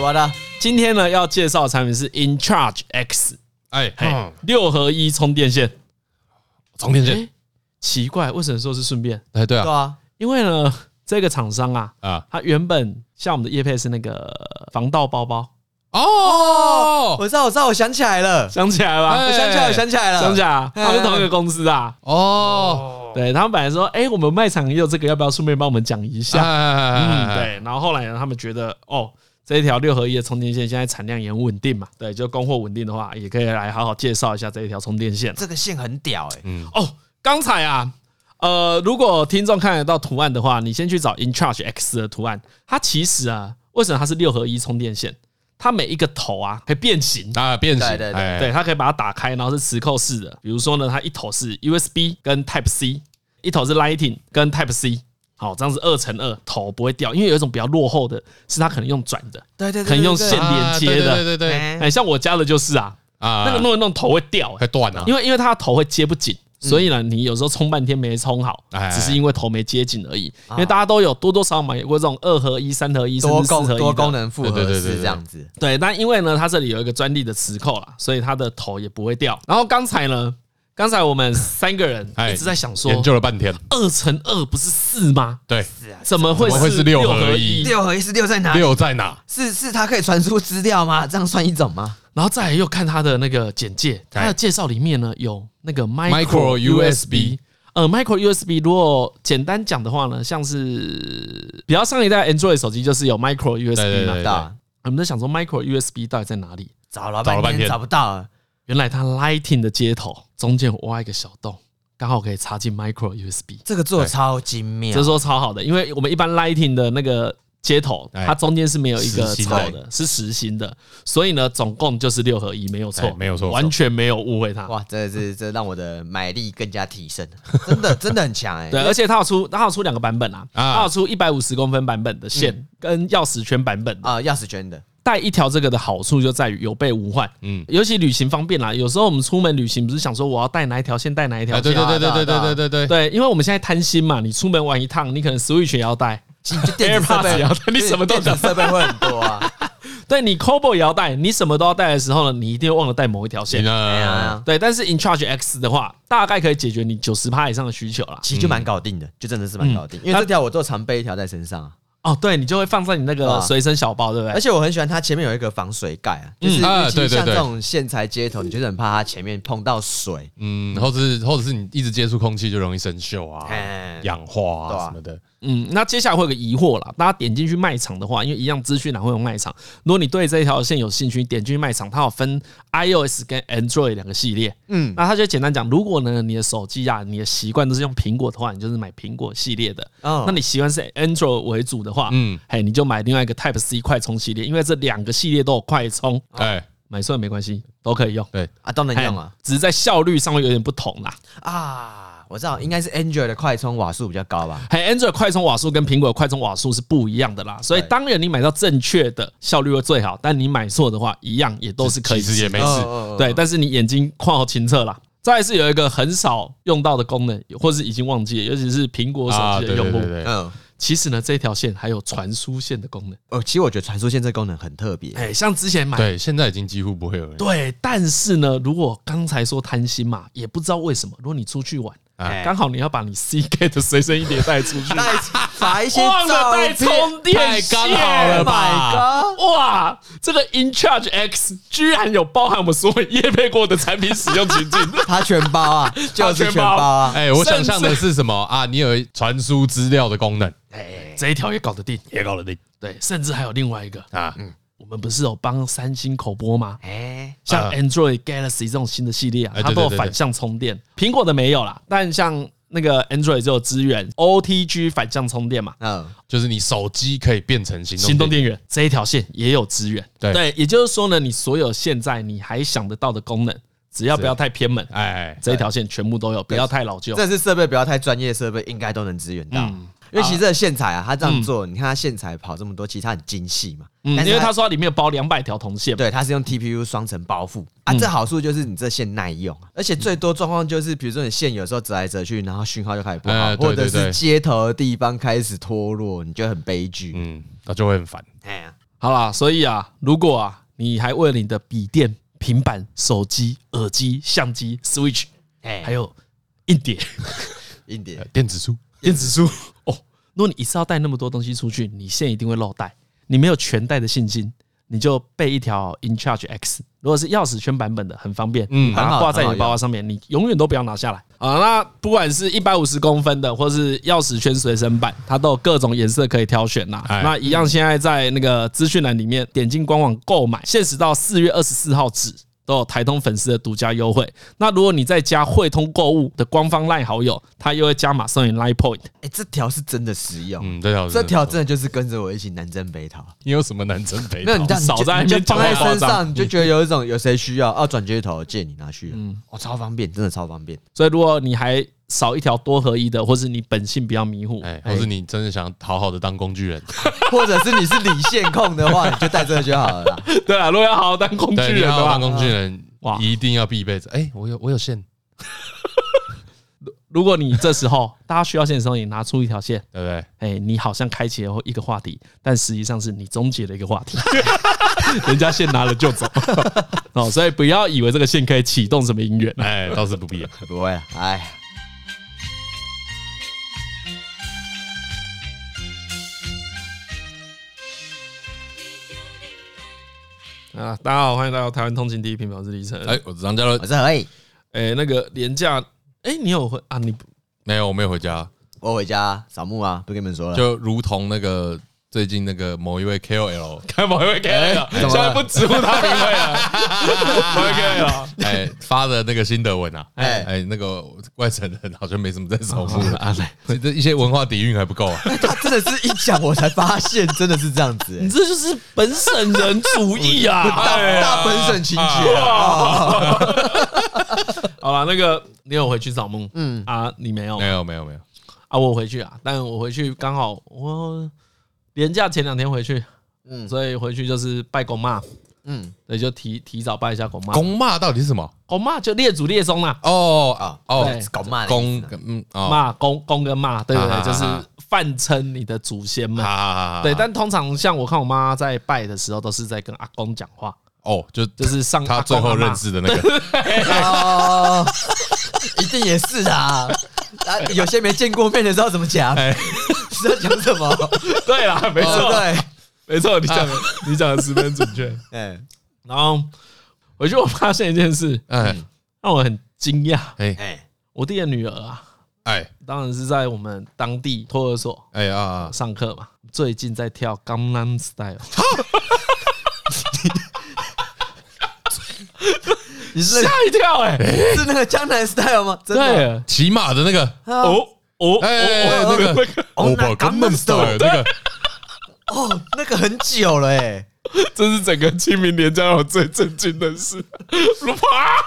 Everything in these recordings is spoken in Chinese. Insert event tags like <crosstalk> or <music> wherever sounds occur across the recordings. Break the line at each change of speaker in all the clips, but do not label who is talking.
我的
今天呢要介绍的产品是 In Charge X，
哎，
嘿
嗯
六合一充电线。
充电线，
奇怪，为什么说是顺便？
哎，
对
对啊，
啊，
因为呢， <laughs> 这个厂商啊，
啊，
它原本像我们的叶配是那个防盗包包，
哦，
我知道，我知道，我想起来了，
想起来吧？
哎
我想起来，我想起来了，
想起来啊，
哎
他们是同一个公司啊。
哦，
对他们本来说，哎，我们卖场也有这个，要不要顺便帮我们讲一下？嗯，
嗯，
对。然后后来呢，他们觉得哦，这一条六合一的充电线现在产量也很稳定嘛，对，就供货稳定的话，也可以来好好介绍一下这一条充电线。
这个线很屌哎，
嗯，
哦，刚才啊，呃，如果听众看得到图案的话，你先去找 In Charge X 的图案，它其实啊，为什么它是六合一充电线？它每一个头啊可以变形。
啊，变形，
对对对
哎
对，，它可以把它打开，然后是磁扣式的。比如说呢，它一头是 USB 跟 Type C，一头是 Lighting 跟 Type C。好，这样是二乘二，头不会掉，因为有一种比较落后的是它可能用转的，
对对对，
可以用
对
线连接的
啊对对对对对
哎、
对哎
像我家的就是啊，
啊，
那个弄一弄头会掉、欸
会断啊，嗯
因为因为它的头会接不紧，所以呢，你有时候充半天没充好
哎，啊
只是因为头没接紧而已。因为大家都有多多少少买过这种二合一、三合一、甚
多
至四合
功
一
多
的
功能复
对
合
对对对
式
对
这样子，
对，但因为呢，它这里有一个专利的磁扣啦，所以它的头也不会掉。然后刚才呢， <laughs> 刚才我们三个人
哎
一直在想说，
研究了半天，
二乘二不是四吗？
对，啊
怎么会
怎么会是
六
六合
一
一？
六合一是六在哪？
六在哪？
是是它可以传输资料吗？这样算一种吗？
然后再来又看它的那个简介，它的介绍里面呢有那个 micro
Micro
USB
USB。
呃，micro USB 如果简单讲的话呢，像是比较上一代 Android 手机就是有 micro
对
USB
对
嘛，
对
对啊，
我们在想说 micro USB 到底在哪里？
找了
找
半
了半
天
天
找不到啊，
原来它 Lighting 的接头中间有挖一个小洞，刚好可以插进 micro USB，
这个做
对
超精妙，
这说超好的，因为我们一般 Lighting 的那个接头，
哎
它中间是没有一个
实心
槽
的
的，是实心的，所以呢，总共就是六合一，没有错
哎，没有错
完全没有误会它。
哇，这这这让我的买力更加提
<laughs>
升，真的真的很强哎、
对，而且它有出，它有出两个版本啊，
嗯啊嗯
它有出一百五十公分版本的线跟钥匙圈版本的。
啊，钥匙圈的，
带一条这个的好处就在于有备无患，嗯
嗯，
尤其旅行方便啦。有时候我们出门旅行不是想说我要带哪一条线，带哪一条
啊，对
线
对
啊，
对对对对对对对，
对，因为我们现在贪心嘛，你出门玩一趟，你可能 Switch 也要
<laughs>
带，
其实就电子设
AirPods
备
也要带 <laughs> 你什么都
电子
想
设备会很多啊，
<laughs> 对你 Cobo 也要带，你什么都要带的时候呢，你一定会忘了带某一条线
行。
哎
啊，
呀，
对，但是 In Charge X 的话，大概可以解决你九十趴以上的需求啦。
其实就蛮搞定的，就真的是蛮搞定，因为这条我都常备一条在身上啊，
哦，对，你就会放在你那个
啊
随身小包，对不
而
对？
且我很喜欢它前面有一个防水盖啊，就是
嗯啊
尤其
对对
像
对
这种线材接头，你就是很怕它前面碰到水，
嗯，或者是或者是你一直接触空气就容易生锈啊、
哎
氧化
对啊
啊什么的，
嗯，那接下来会有个疑惑啦，大家点进去卖场的话，因为一样资讯栏会有卖场。如果你对这条线有兴趣，点进去卖场，它有分 iOS 跟 Android 两个系列。嗯，那它就简单讲，如果呢你的手机啊，你的习惯都是用苹果的话，你就是买苹果系列的。
哦
那你习惯是 Android 为主的话，嗯
嗯，
嘿，你就买另外一个 Type C 快充系列，因为这两个系列都有快充，
哎，
买错也没关系，都可以用。
对，
啊都能
嘿
用啊
只是在效率上会有点不同啦。
啊，我知道应该是 Android 的快充瓦数比较高吧，
嘿 a n d r o i d 快充瓦数跟苹果的快充瓦数是不一样的啦，所以
对
当然你买到正确的效率会最好，但你买错的话，一样也都是可以
其
吃
实也没
哦
事，
哦哦
对，但是你眼睛看好清澈啦。再来是有一个很少用到的功能，或是已经忘记了，尤其是苹果手
啊，
机
对
的用
对
户
对。对，对
嗯。
其实呢，这条线还有传输线的功能。
哦，其实我觉得传输线这功能很特别，
哎，像之前买
对，现在已经几乎不会有人，
对，但是呢，如果刚才说贪心嘛，也不知道为什么，如果你出去玩，
哎
刚好你要把你 CK 的随身一碟带出去，
带发一些
忘了
照
带
片。 <laughs>
充哎电线，
太刚好了吧
My God！
哇，这个 In Charge X 居然有包含我们所有业配过的产品使用情境，
它全包啊，就是全包啊，
哎，我想象的是什么啊？你有传输资料的功能，
这一条也搞得定。
也搞得定
对，甚至还有另外一个，嗯
啊，
我们不是有帮三星口播吗？
哎，
像
啊
Android Galaxy 这种新的系列啊，
哎
它
对
都有
对对对
反向充电，苹果的没有啦，但像那个 Android 就有支援 OTG 反向充电嘛。
嗯，
就是你手机可以变成行
行动
动电
电源这一条线也有支援，
对
也就是说呢，你所有现在你还想得到的功能，只要不要太偏门，
源，哎，
这一条线全部都有，不要太老旧。
这是设备不要太专业，设备应该都能支援到。因为其实这个线材啊，它这样做，你看它线材跑这么多，其实它很精细嘛。
嗯，
但是
因为他说它里面有包两百条铜线，，
对，它是用 TPU 双层包覆啊，这好处就是你这线耐用，而且最多状况就是，比如说你线有时候折来折去，然后讯号就开始不好，
哎对
或者
对
是
对
接头的地方开始脱落，你就很悲剧。
嗯嗯，那就会很烦。
哎呀，
好啦，所以啊，如果啊你还为了你的笔电、平板、手机、耳机、相机、Switch，
哎
还有硬
<laughs>
碟、
硬碟
呃电子书
电子书哦，如果你一次要带那么多东西出去，你线一定会漏带，你没有全带的信金。你就备一条 In Charge X，如果是钥匙圈版本的，很方便，
嗯
把
很
它
好
挂在你的
很好
包包上面，你永远都不要拿下来啊。那不管是一百五十公分的，或是钥匙圈随身版，它都有各种颜色可以挑选啦。
哎
那一样，现在在那个资讯栏里面点进官网购买，限时到四月二十四号止。都有台通粉丝的独家优惠。那如果你再加汇通购物的官方 LINE 好友，他又会加码送你 LINE point。
哎，这条是真的实用，
嗯，这条
哦这条真的就是跟着我一起南征北讨。
你有什么南征北
没有，你
讨？
这样你
少
就
在那
你就
边
放在
讲话
身
夸张
上，你就觉得有一种有谁需要啊，转接头借你拿去，嗯，哦，超方便，真的超方便。 <laughs>
所以如果你还少一条多合一的，或是你本性比较迷糊，
哎，或是你真的想好好的当工具人，
或者是你是理线控的话，你就带这个就好了啦。 <laughs>
对啊，如果要好好当工具
对，你
人的
要当
话，
工具人
哇
一定要必备着。哎，我有我有线，
如果你这时候大家需要线的时候，你拿出一条线，
对不对？
哎、你好像开启了一个话题，但实际上是你终结了一个话题， <laughs> 人家线拿了就走 <laughs> 哦，所以不要以为这个线可以启动什么姻缘啊。
哎，倒是不必啊。
不会啊，哎，
啊大家好，欢迎来到台湾通勤第一品牌，我是李晨。哎、
<laughs> 哎，我是张家乐
我，是何以，
那个廉价，哎、你有回啊？你不
没有，我没有回家，
我回家扫墓啊，不跟你们说了。
就如同那个最近那个某一位 KOL，
看某一位 K <laughs> 了，
怎么了
现在不直呼他名位了，某一位 K 了。
哎，发的那个心得文啊，
哎哦
哎，那个外省人好像没什么在守护
<laughs>
了，
啊，来，
这这一些文化底蕴还不够啊。
<laughs> 他真的是一讲我才发现，真的是这样子、
<laughs> 你
欸。
这就是本省人主义啊！
大
<laughs> 哎呀
大本省情节啊！哦
好了，那个你有回去扫墓？嗯啊，你没有
没有没有没有，
啊？我回去啊，但我回去刚好我连假前两天回去，嗯，所以回去就是拜公妈，
嗯，
对，就提提早拜一下公妈。
公骂到底是什么？
公妈就列祖列宗啦，
哦啊
对
哦，
搞嘛的意
公
思啊？
嗯哦，
骂公公跟骂，对不
啊啊
对？就
啊
是泛称你的祖先
哈
嘛。
哈哈哈
对，但通常像我看我妈在拜的时候，都是在跟阿公讲话，
哦，就
就是上
他
阿
最
公
后
阿嬷
认识的那个，
嗯
哦，一定也是啊。啊，有些没见过面的时候怎么讲？ <laughs>
哎
是要讲什么？
<laughs> 对啦， <laughs> 没
哦
错，
对，
没错，你讲的你讲的十分准确。
哎
<laughs> 然后我就发现一件事，嗯
哎
让我很惊讶。
哎
哎，
我弟的女儿啊，
哎
当然是在我们当地托儿所
哎啊，
上课嘛，最近在跳《江南 Style》。 <laughs>
<laughs> 你是那个
一跳 <laughs> 哎、
是那个江南 style 吗？真的
对，
骑马的那个，
啊
哦哦，
哎哎哎
哦
那个
那个，
哦
哦
那
不，
Gangnam
根本
Style
那个，
哦，那个很久了哎。
这是整个清明连假让我最震惊的事。哇，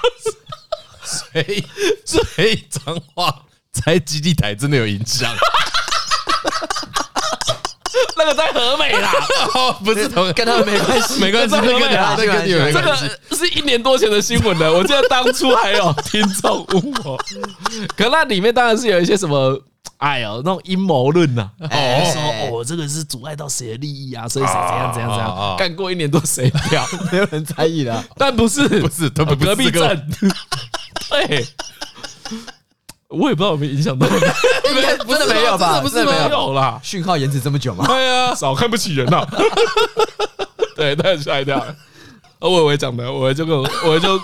谁谁脏话在基地台真的有影响？
那个在和美 <laughs> 啦，
哦，不是同
跟他们没关系，
没关系，那个
没
那
关
系
个
没
有
关系
这
那
个
个
是一年多前的新闻 <laughs> 了。我记得当初还有听众问我，可那里面当然是有一些什么，哎呦，那种阴谋论呐。
哎
说哦，这个是阻碍到谁的利益啊，所以谁
啊
怎样怎样怎
啊啊
样，
啊
干过一年多谁跳？
没有人在意的。
但不是呃
不是他们不是
隔壁
这个
镇， <laughs> 对，我也不知道有没有影响到你，
应该真的没有吧？
不
真
是
的
没
没有。
有啦，
讯号延迟这么
<laughs>
久吗？
对呀，少看不起人呐， <laughs> 对，他很吓一跳。呃我伟讲的，我就跟我我就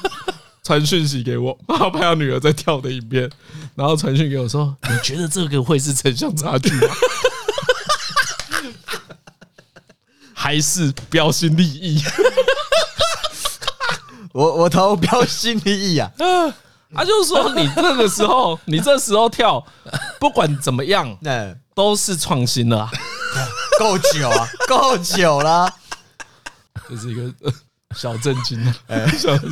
传讯息给我，然后拍到女儿在跳的影片，然后传讯给我说：“你觉得这个会是城乡差距吗？ <laughs> 还是标新立异？”
我我投标新立异啊！
<laughs> 他就说：“你这个时 <laughs> 候，你这时候跳，不管怎么样，
那
都是创新了、啊。
够久
<laughs>
啊，够久啦。”
这是一个呃小震惊啊，小震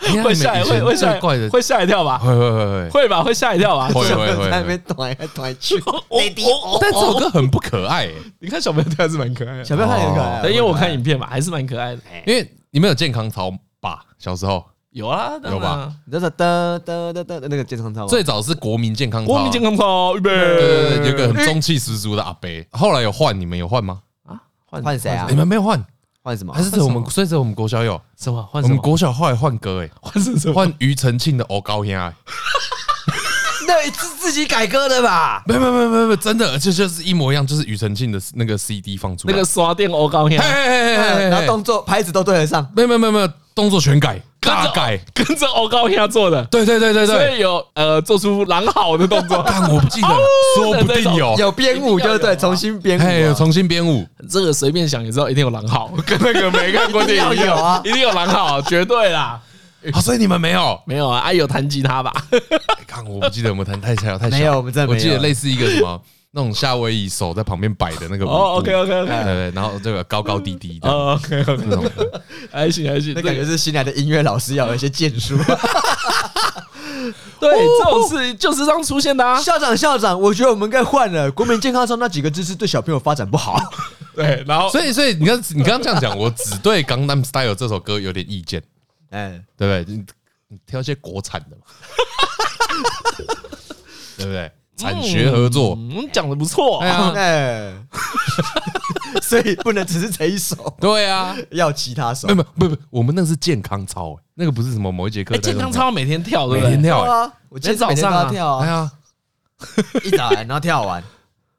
惊会吓会会吓
最怪的，会
会吓一跳吧？
会会会
会吧，会吓一跳吧？
会会
在那
会
边。短来短去，
我我
但这首歌很不可爱、欸，
你看小朋友跳还是蛮可爱
小
的，
朋友看很可爱啊。
对，因为我看影片嘛，还是蛮可爱的。
因为你们有健康操吧？小时候
有啊，
有吧
你知道哒哒哒哒那个健康操吗？
最早是国民健康
当然啊？国民
操，
健康操，预备，
对对对，有个很中气十足的阿伯，后来有换，你们有换吗？
啊，
换谁啊
你？们没有换，
换什么
还？是只有我们？所以只有我们国小有，
什么换
我
什
们
么？
国小后来换歌哎、
换成什么？
换庾澄庆的《哦高音》啊，
那自自己改歌的吧？
没有没有没有没有没有，真的，就就是一模一样，就是庾澄庆的那个 CD 放出
那
来，
个刷电欧高音
嘿，嘿嘿嘿嘿，
呃然后动作拍子都对得上，
没有没有没有没有，动作全改，
跟着
大改，
跟着欧高音做的，
对对对对
所
对，
以有呃做出狼嚎的动作。
但我不记得了，说不哦定有，
有编舞就对，重新编舞
嘿，有
啊。
重新编舞，
<laughs> 这个随便想也知道，一定有狼嚎，跟那个没看过电影
一定要有啊
一定有狼嚎，绝对啦。
啊，所以你们没有，
没有啊，哎有弹吉他吧？
哎看我不记得我们弹太小了太小了，
没有我们真的
我
没有
记得类似一个什么那种夏威夷手在旁边摆的那个舞步，
哦，OK OK <laughs>
对
OK，
对，对然后这个高高低低的
哦 OK
那
OK，
种，
<laughs> 还行还行，
那感觉是新来的音乐老师要有一些建 <laughs> 树。
对这种事就是这样出现的啊。
校长，校长，我觉得我们该换了。国民健康操那几个知识对小朋友发展不好。
对，然后
所以所以你刚你刚刚这样讲，我只对《Gangnam Style》这首歌有点意见，
<laughs> 哎，
对不对？你你挑一些国产的嘛，对不对？产学合作，
嗯讲的不错
哎，呀，
哎，所以不能只是这一首，
对啊，
要其他首
没有。没有不不，我们那是健康操，哎那个不是什么某一节课
哎健
在那种
康操每天跳对
每
不
天
对？
跳，哎
啊，我今天早上都要跳
哎
啊，
呀，
一早啊来然后跳完，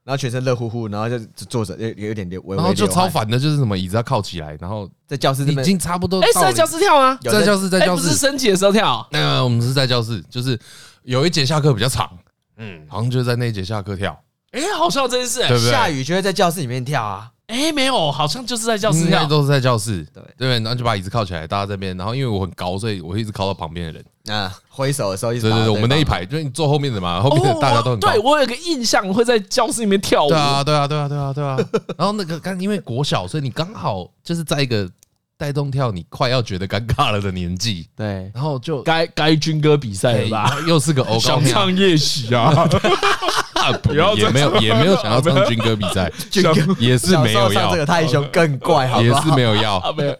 然后全身热乎乎，然后就坐着，有有点流，微微
然后就
流汗
超烦的，就是什么椅子要靠起来，然后
在教室那
已
边
经差不多
哎是
到了
在教室跳吗？
有
在教室，在
哎
教
不是
室。
升旗的时候跳，
那个我们是在教室，就是有一节下课比较长，嗯，好像就在那一节下课跳，
哎好像有这件事，
对不对？
下雨就会在教室里面跳啊。
哎没有，好像就是在教室
应该
跳。
都是在教室，
对
对对，然后就把椅子靠起来，大家这边，然后因为我很高，所以我一直靠到旁边的人。
那啊挥手的时候一直
对
打
对
到
对，我们那一
方
排就是你坐后面的嘛，后面的大家都很高。
哦对我有个印象会在教室里面跳舞
对，啊，对啊，对啊，对啊，对啊。然后那个刚因为国小，所以你刚好就是在一个带动跳你快要觉得尴尬了的年纪，
<laughs>
对，
然后就
该该军歌比赛了吧？
哎又 <laughs> 是个欧高
想
跳，
唱夜袭啊，不要
也
再
没有也没有想要唱军歌比赛，
军歌
也是没有
小时候上
要
这，个太凶更怪，好
也
不好
是？没有要。
啊， <laughs> 没有，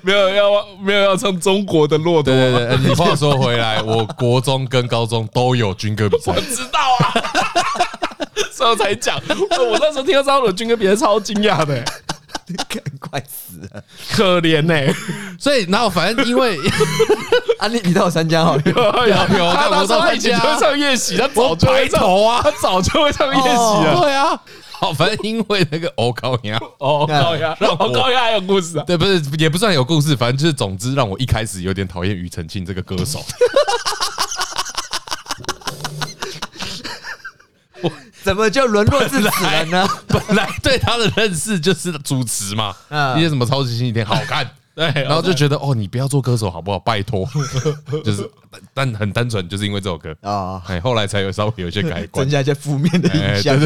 没有要没有要唱中国的骆驼，
对对对，你话说回来，我国中跟高中都有军歌比赛
我，知道啊， <laughs> 所以我才讲，我那时候听到张鲁军跟别人超惊讶的、
<laughs> 更怪死了
可怜欸呢、
所以然后反正因为
啊！你你到我参加好了，
有有
有
他
但
那
我
时候
都
他
会
以前
加
就会唱夜袭，他早就会
白
唱，
头啊
他，早就会唱夜袭了。
<laughs> 对啊，好，反正因为那个欧高压，
哦，高压，
让我
哦，高压还有故事啊。
对，不是也不算有故事，反正就是总之让我一开始有点讨厌庾澄庆这个歌手。
怎么就沦落至此了呢？
本来对他的认识就是主持嘛，
嗯
一些什么超级星期天好看，
对，
然后就觉得哦，你不要做歌手好不好？拜托， <laughs> 就是但很单纯，就是因为这首歌，
啊，
哎，后来才有稍微有一些
<laughs>
改观
增。加一些负面的
哎
影响。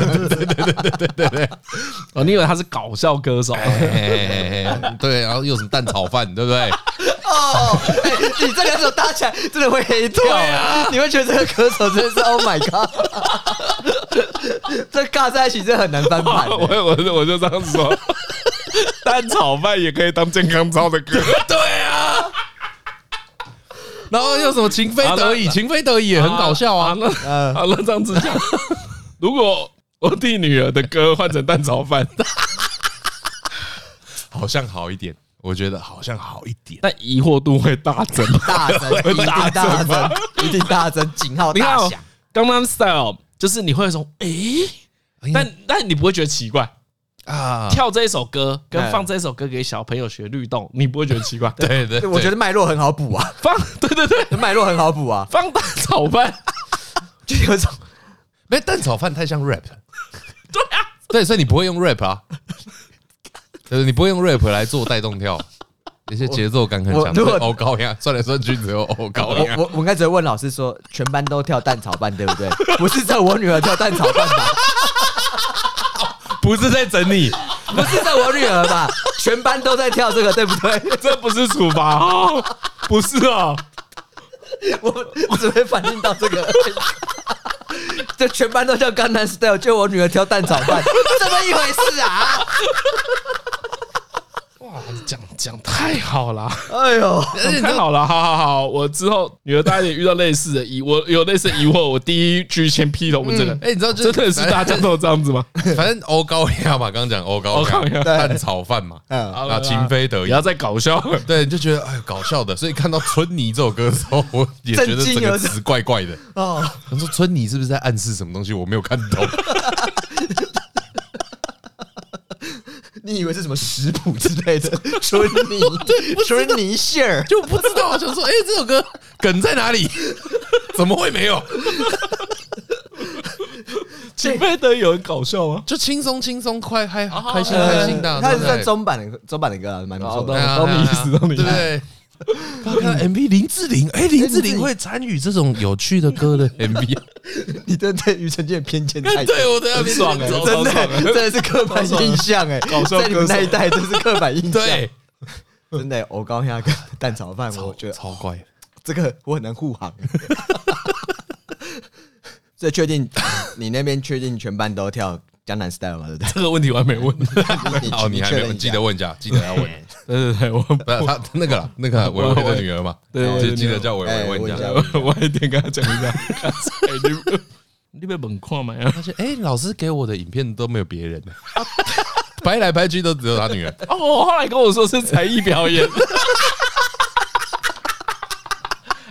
<laughs> 哦，你以为他是搞笑歌手？
哎哎哎哎对，然后又有什么蛋炒饭，对
<laughs>
不对？
哦，哎你这两首搭起来真的会黑掉，啊你会觉得这个歌手真的是 Oh my God，这尬在一起真的很难翻盘。
<laughs> 我我就我就这样子 <laughs> 说，蛋炒饭也可以当健康操的
<laughs>
歌，
啊然后又什么情非
啊
得已，情非得已也很搞笑啊。
那
嗯
<laughs> 好了，这样子
<laughs>
讲，如果我弟女儿的歌换成蛋炒饭，
好像好一点，我觉得好像好一点。
那疑惑度会大
<laughs>
增。
大增，一定大增，一定大增，井号
你看
大
哦
响。，
《江 Style》就是你会说，诶、但但你不会觉得奇怪，
嗯啊，
跳这一首歌跟
嗯
放这一首歌给小朋友学律动，你不会觉得奇怪。
嗯 <laughs> 对对，
我觉得脉络很好补啊，
放 <laughs> 对对对，
脉络很好补啊，
放蛋炒饭，
就有一种
没蛋炒饭太像 rap。对啊， <laughs> 对，啊所以你不会用 rap 啊，就是你不会用 rap 来做带动
<laughs>
跳，那些节奏感很
我
强，
如果
欧高呀，算来算去只有欧高
我
呀。
我我应该直接问老师说，全班都跳蛋炒饭对不对？不是在我女儿跳蛋炒饭吧？
不是在整 <laughs> 你，
不是在我女儿吧？ <laughs> 全班都在跳这个对不对？ <laughs>
这不是处罚
<laughs>
哦，不是哦，
我我只会反应到这个。 <laughs> 这全班都叫江南 style，就我女儿 <laughs> 挑蛋炒饭，怎么一回事啊？
哇，讲讲太好啦，
哎呦，
而且你知
太
道
好了，好好好，我之后女儿大家也遇到类似的疑，我有类似的疑惑，我第一句先批头问这个，
哎，你知道就
真的是大家都这样子吗？
<laughs> 反正欧高压嘛，刚刚讲欧高
欧高
<laughs> 压
压
蛋炒饭嘛，
嗯，
好
啊，
了啦
情非得
不
已
要。再搞笑 <laughs> 了，
对，就觉得哎呦搞笑的，所以看到春泥这首歌的时候，我也觉得
震惊
这个
有
词怪怪的。
哦，
我说春泥是不是在暗示什么东西？我没有看懂。
你以为是什么食谱之类 <laughs> 的春泥？春泥馅儿，
<laughs> 就不知道，想说，哎、这首歌梗在哪里？ <laughs> 怎么会没有？
情非得有人搞笑吗？
就轻松轻松，快嗨，
好
开心
呃
开心的，
它
对
是
不对
算中版的中版的歌啊，蛮不错
好
的
的。
对啊
懂你
对啊
意思懂你意
对
思
不对？嗯刚刚看 MV 林志玲，哎，林志玲会参与这种有趣的歌的 <laughs> MV，
你对对庾澄庆的偏见太
哎对我的
很爽哎
真的
超爽的
真的是刻板印象哎，
搞笑歌
在
手
你们那一代真是刻板印象。
对，
真的，欸我高压跟蛋炒饭，我觉得哦
超怪的。
这个我很难护航。 <laughs> 这确定你那边确定全班都跳江南 style 吗？对不
<laughs>
这个问题我还没 <laughs> 问，
对？
哦，你还
确
没
认
问，
一下
记得问一下，记 <laughs> 得要问。
对对对，我 <laughs>
不，他那个啦，那个伟伟的女儿嘛，
对对
就
对
记得叫伟
哎
伟问一
问一
下
下。
我一点跟他讲 <laughs> 一下，哎你你被猛看嘛呀？
他说：“哎、老师给我的影片都没有别人， <laughs> 拍来拍去都只有他 <laughs> 女儿。
哦，后来跟我说是才艺表 <laughs> 演。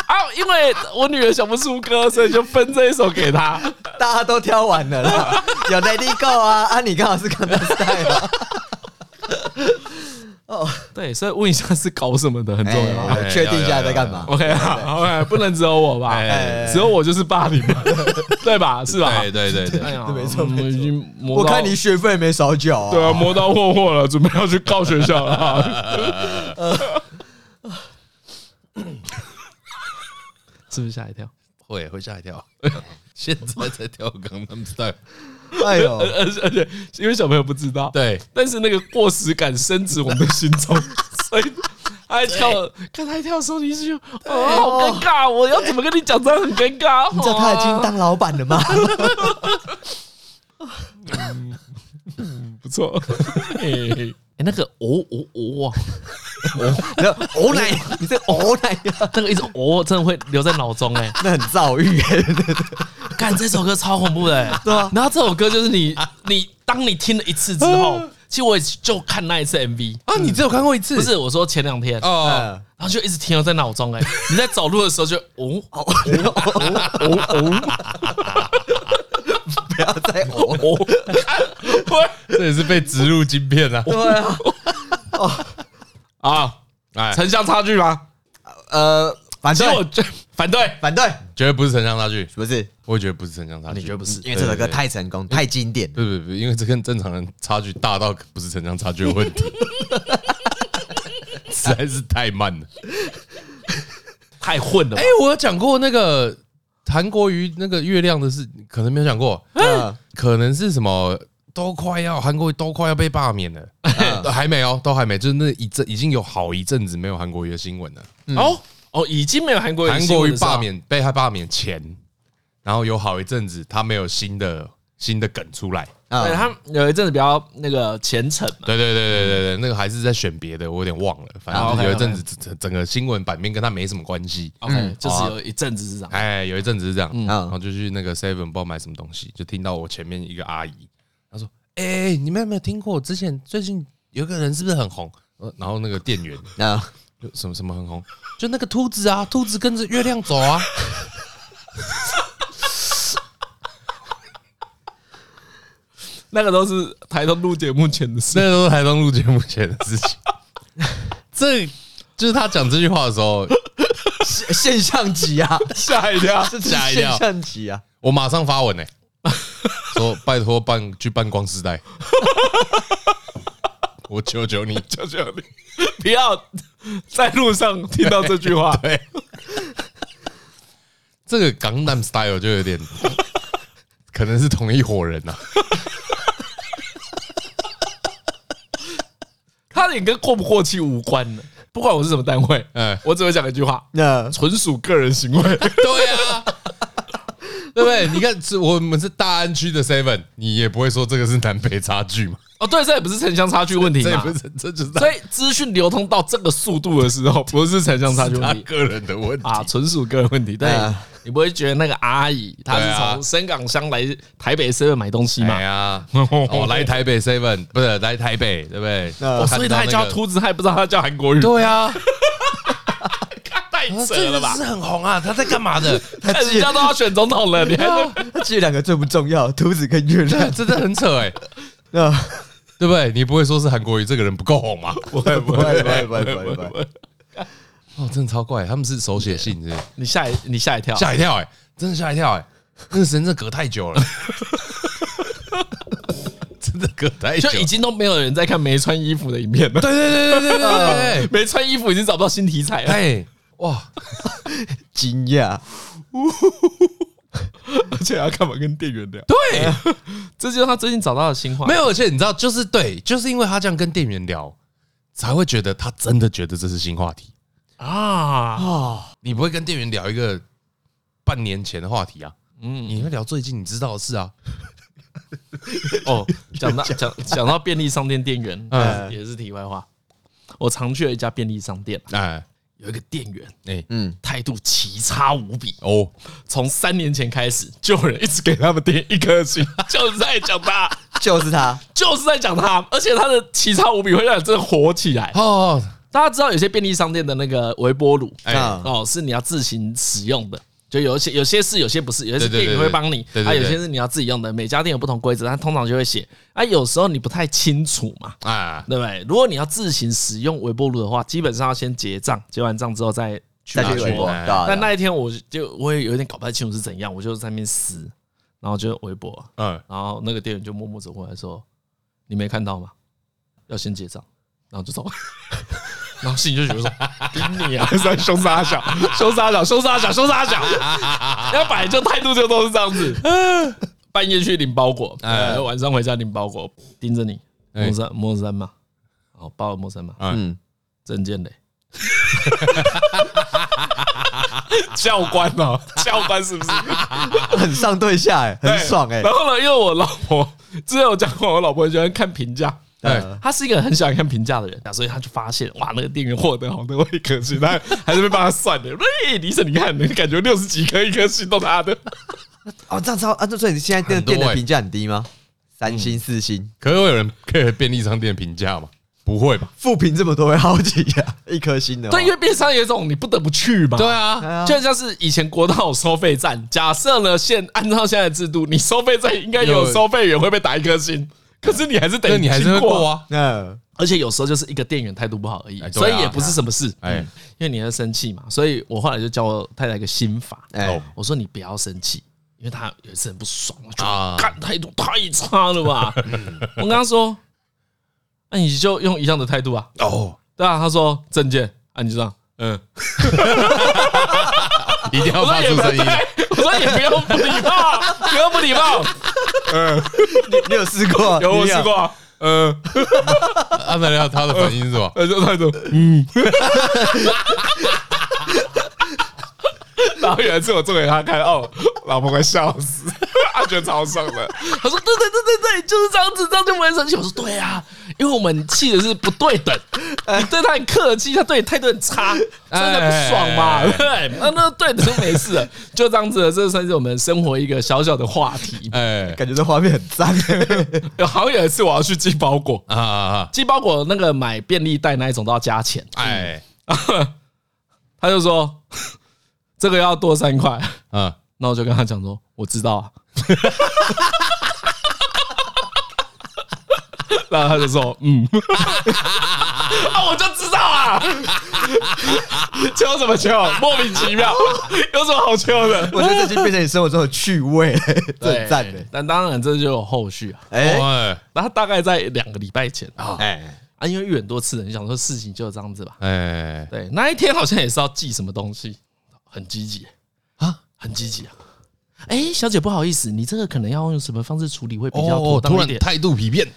啊，因为我女儿想不出歌，所以就分这一首给她。
大家都挑完了啦，有 Lady Go 啊， <laughs> 啊，你刚好是江南 style
<laughs>
啊。哦，
对，所以问一下是搞什么的很重要啊。
哎确定一下在干嘛？
OK 啊，OK，不能只有我吧？
哎
只有我就是霸凌嘛， <laughs> 对吧？是吧？
对对对
哎
对，
呀，
没错
我们已经磨
我
到
看你学费没少缴啊。
对啊，磨刀霍霍了，准备要去告学校了啊。是不是吓一跳？
<laughs> 会会吓一 <laughs> 跳。现在在跳钢他们 s t
哎呦，
<laughs> 而且而且，因为小朋友不知道，
<laughs> 对，
但是那个过时感深植我们的心中，所以他还跳，看他还跳的时候，你是就哦，好尴尬，我要怎么跟你讲？这样很尴尬。
你知道他已经
哦
当老板了吗？
不错，嘿嘿 <laughs> 哎那个哦哦哦啊，
你 <laughs> 知道呕奶，你这呕奶啊，
那个一直哦，真的会留在脑中哎。
那很躁郁哎。
干这首歌超恐怖的、欸，
对啊
然后这首歌就是你，你当你听了一次之后，其实我也就看那一次 MV，
啊，你只有看过一次
不是我说前两天，然
哦，
嗯
后就一直停留在脑中、欸。哎，你在走路的时候就哦
哦哦哦哦！ <laughs> 不要再哦！
哦，会
这也是被植入晶片 <laughs> 啊。
对啊，
啊，
哎，
城乡差距吗？
呃，反
其实我
对，
就反对，
反对，
绝对不是城乡差距，
不是，
我也觉得不是城
啊
乡差距。
你觉得不是？
因为这首歌太成功、太经典了。
不不不，因为这跟正常人差距大到不是城乡差距的
<laughs>
问题，实在是太慢了。
太混了吧
哎、？我有讲过那个韩国瑜那个月亮的事，可能没有讲过，
嗯
可能是什么都快要韩国瑜都快要被罢免了，
啊
都还没哦，都还没，就是那一阵已经有好一阵子没有韩国瑜的新闻了。
哦哦，已经没有韩国人
韩国
新
瑜
闻的时啊候
罢，免被他罢免前，然后有好一阵子他没有新的新的梗出来。
对
嗯，
他有一阵子比较那个虔诚嘛，
对对对对对对，那个还是在选别的，我有点忘了。反正
啊
就是有一
OK，OK
阵子整整个新闻版面跟他没什么关系。
，OK，就是有一阵子是这样。
哎，有一阵子是这样，
啊
然后就去那个 Seven 不知道买什么东西，就听到我前面一个阿姨，她说：“哎、你们有没有听过之前最近有一个人是不是很红？”呃然后那个店员
嗯，
就什么什么很红，就那个秃子啊，秃子跟着月亮走啊。 <laughs>
那个都是台东录节目前的事
那。个都是台东录节目前的事情。 <laughs> 这就是他讲这句话的时候，
现现象级 <laughs> 啊，
吓一跳！
这是
吓一
现
跳
象级啊！
我马上发文 <laughs> 呢、说拜托办去办光时 <laughs> 代，我求求你，
求求你， <laughs> 不要在路上听到这句话。
<laughs> 对，这个港南 style 就有点，可能是同一伙人啊呐、
他也跟过不过气无关的，不管我是什么单位，
哎
<laughs> 哎
我只会讲一句话：
那
<laughs>
<laughs> 纯属个人行为。
对啊，对不对？你看，是我们是大安区的 Seven，你也不会说这个是南北差距嘛？
哦，对，这也不是城乡差距问题
这也
嘛
不。是，这就是
所以资讯流通到这个速度的
<laughs>
时候，不是城乡差距
他
问题
个人的问题。
啊，纯属个人问题。但
啊
你不会觉得那个阿姨她
对
是
啊
从深港乡来台北 seven 买东西嘛
哎？呀，哦，来台北 Seven 不是来台北，对不对？
那
哦，所以她还
看到
叫
那个
秃子，她还不知道她叫韩国语，<laughs>
对啊，
太扯
这
了
个
吧
是？很红啊，他在干嘛的？
他
看
记
<laughs> 人家都要选总统了，你
<laughs>
还
啊
在
他记两个最不重要，秃子跟月亮。
真的很扯哎，
那
对不对？你不会说是韩国瑜这个人不够红吗？
不会不会不会不会不会不会，
哦，真的超怪，他们是手写信，是不是
<laughs> 你吓一你吓一跳，
吓一跳哎、真的吓一跳哎、那个时间真的隔太久了， <laughs> 真的隔太久
就，已经都没有人在看没穿衣服的影片了。
对对对对对对对，
<laughs> 没穿衣服已经找不到新题材了，
哎哇，
惊讶，
而且要干嘛跟店员聊？
对，
<laughs> 这就是他最近找到的新话。
没，有，而且你知道，就是对，就是因为他这样跟店员聊，才会觉得他真的觉得这是新话题。
啊，
你不会跟店员聊一个半年前的话题啊，嗯，你会聊最近你知道的事啊，
哦，讲
<laughs>
到讲讲到便利商店店员，
哎
嗯
也是题外话。我常去了一家便利商店，
哎
有一个店员
哎
嗯，
态度奇差无比，
哦，
从三年前开始就有人一直给他们店一颗星，就是在讲
<laughs>
他，
就是他，
就是在讲他，而且他的奇差无比会让你真的火起来。
哦，
大家知道有些便利商店的那个微波炉，
哎
啊
哦，是你要自行使用的。就有一些有些是，有些不是，有些是
对对
店员会帮你，
对对
啊，
对
有些是你要自己用的。每家店有不同规则，它通常就会写啊，有时候你不太清楚嘛，
啊，
对不对？如果你要自行使用微波炉的话，基本上要先结账，结完账之后再去
再
拿
去
拿
微
去
博，
波。
拿
对啊
但那一天我就我也有点搞不太清楚是怎样，我就在那边撕，然后就微波，
嗯，
然后那个店员就默默走过来说：“你没看到吗？要先结账。”然后就走，然后心里就觉得说：“顶你啊，在凶杀小，凶杀小，凶杀小，凶杀小！”然后本来就态度就都是这样子。半夜去领包裹，呃晚上回家领包裹，盯着你，
哎
摸三摸三嘛，哦，包了摸三嘛，
嗯，
证件嘞。 <laughs> 教官哦，教官是不 <laughs> 是？
很上对下哎，很爽哎
然，后呢，因为我老婆之前有讲过，我老婆很喜欢看评价。
嗯
她是一个很喜欢看评价的人，所以她就发现哇，那个店员获得好多一颗星，她还是会帮他算的。哎，李晨，你看，你感觉六十几颗一颗星都他的，
哦，这样超啊，那所以你现在店
很多
店的
欸
评价很低吗？三星、四
嗯
星，
可是会有人 care 便利商店评价吗？不会吧？
负评这么多，会好奇啊，一颗星的话，
对，因为变商有一种你不得不去嘛。
哦对。啊，
啊，
就像是以前国道有收费站，假设呢，现按照现在的制度，你收费站应该有
有
收费员会被打一颗星，可是你还是
那
等
哎你还是
经
会过
过，
啊，
嗯，
而且有时候就是一个店员态度不好而已
哎，
所
对啊
以也不是什么事。
哎
因为你在生气嘛，所以我后来就教我太太一个心法，
哎
哦，
我说你不要生气，因为她有一次很不爽，我觉
啊
得干态度太差了
<laughs>
吧。我跟她说，那你就用一样的态度啊，
哦，
对啊。她说证件啊，你就这样，嗯，
一定要
我说
发
也
出
不
声音啊
对，我说也不用不礼貌，不用不礼貌，
你你有试过？
<laughs> 有我
你
试过啊，嗯，
按得了他的反应是吧？
呃，就态度，嗯。然后有一次我做给他看，哦，老婆快笑死，他觉得超爽的。他说：“对对对对对，就是这样子，这样就不会生气。”我说：“对啊，因为我们气的是不对等，你对他很客气，他对你态度很差，真的不爽嘛，
哎
对不对？那那对等就没事了，就这样子，这算是我们生活一个小小的话题。
哎
感觉这画面很
<laughs>
脏欸，
好像有一次我要去寄包裹，
啊啊
寄包裹那个买便利袋那一种都要加钱，
啊！哎
他就说 <laughs> 这个要多三块，
啊，
那我就跟他讲说我知道啊， <laughs> 然后他就说嗯， <laughs> 啊我就知道啊，求什么求，莫名其妙，有什么好求的？
我觉得这已经变成你生活中的趣味了，这很赞的
对。但当然这就有后续啊，
哎
哎
那他大概在两个礼拜前啊，
哎，
因为遇很多次，你想说事情就这样子吧，
哎，
对，那一天好像也是要寄什么东西，很积极
啊，
很积极啊。哎、小姐，不好意思，你这个可能要用什么方式处理会比较
哦
妥，
突
当一
然
点？
态度疲变，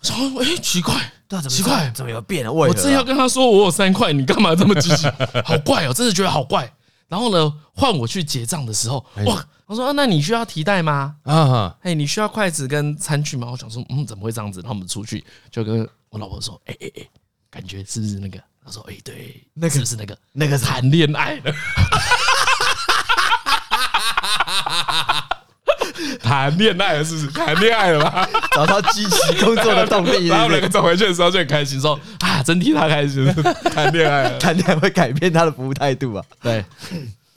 我想说哎、奇怪，
对啊，怎么
奇怪
怎么有变了？我啊
<laughs> 我正要跟他说我有三块，你干嘛这么积极？好怪哦，真的觉得好怪。然后呢，换我去结账的时候，哇，他说、啊那你需要提袋吗？
啊哈，
哎、你需要筷子跟餐具吗？我想说，嗯，怎么会这样子？然后我们出去就跟我老婆说，哎哎哎，感觉是不是那个？她说，哎、对，那个是不是那个
那个惨，
谈恋爱了？ <laughs> 谈恋爱了是不是？谈恋爱了 <laughs> 吧？
<laughs> 找到积极工作的动
<laughs>
力，
然后我
是不
们两个
是？
走回去的时候就很开心，说啊，真替他开心， <laughs> 谈恋爱了。
谈恋爱会改变他的服务态度啊！
<laughs> 对，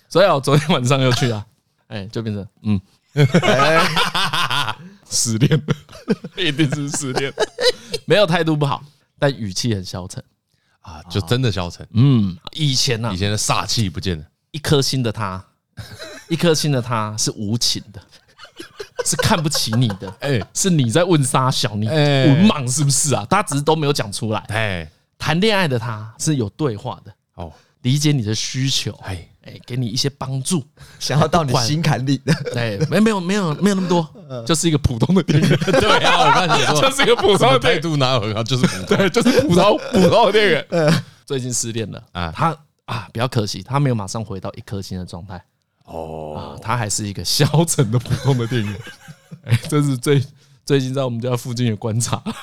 所以我哦昨天晚上又去啊， <laughs> 哎，就变成嗯， <laughs> 失恋了，一定是失恋， <laughs> 没有态度不好，但语气很消沉。
啊，就真的消沉，
嗯，以前呐、
以前的煞气不见了。
一颗心的他， <laughs> 一颗心的他是无情的，是看不起你的，
<laughs> 哎
是你在问沙小你
哎
文盲是不是啊？他只是都没有讲出来。
哎，
谈恋爱的他是有对话的，
哦，
理解你的需求，
哎，
哎，给你一些帮助。
想要到你心坎里的，
对，没没有没有没有那么
<laughs>
多，就是一个普通的店员，
嗯对啊，我刚想
<laughs>
说，
是一个普
什么态，度哪有很好，就是普 <laughs> 通
对，就是普通普通的店员。最近失恋了啊
啊，
他啊比较可惜，他没有马上回到一颗星的状态
哦，
啊，他还是一个消沉的普通的店 <laughs> 员。哎，这是最最近在我们家附近的观察。 <laughs>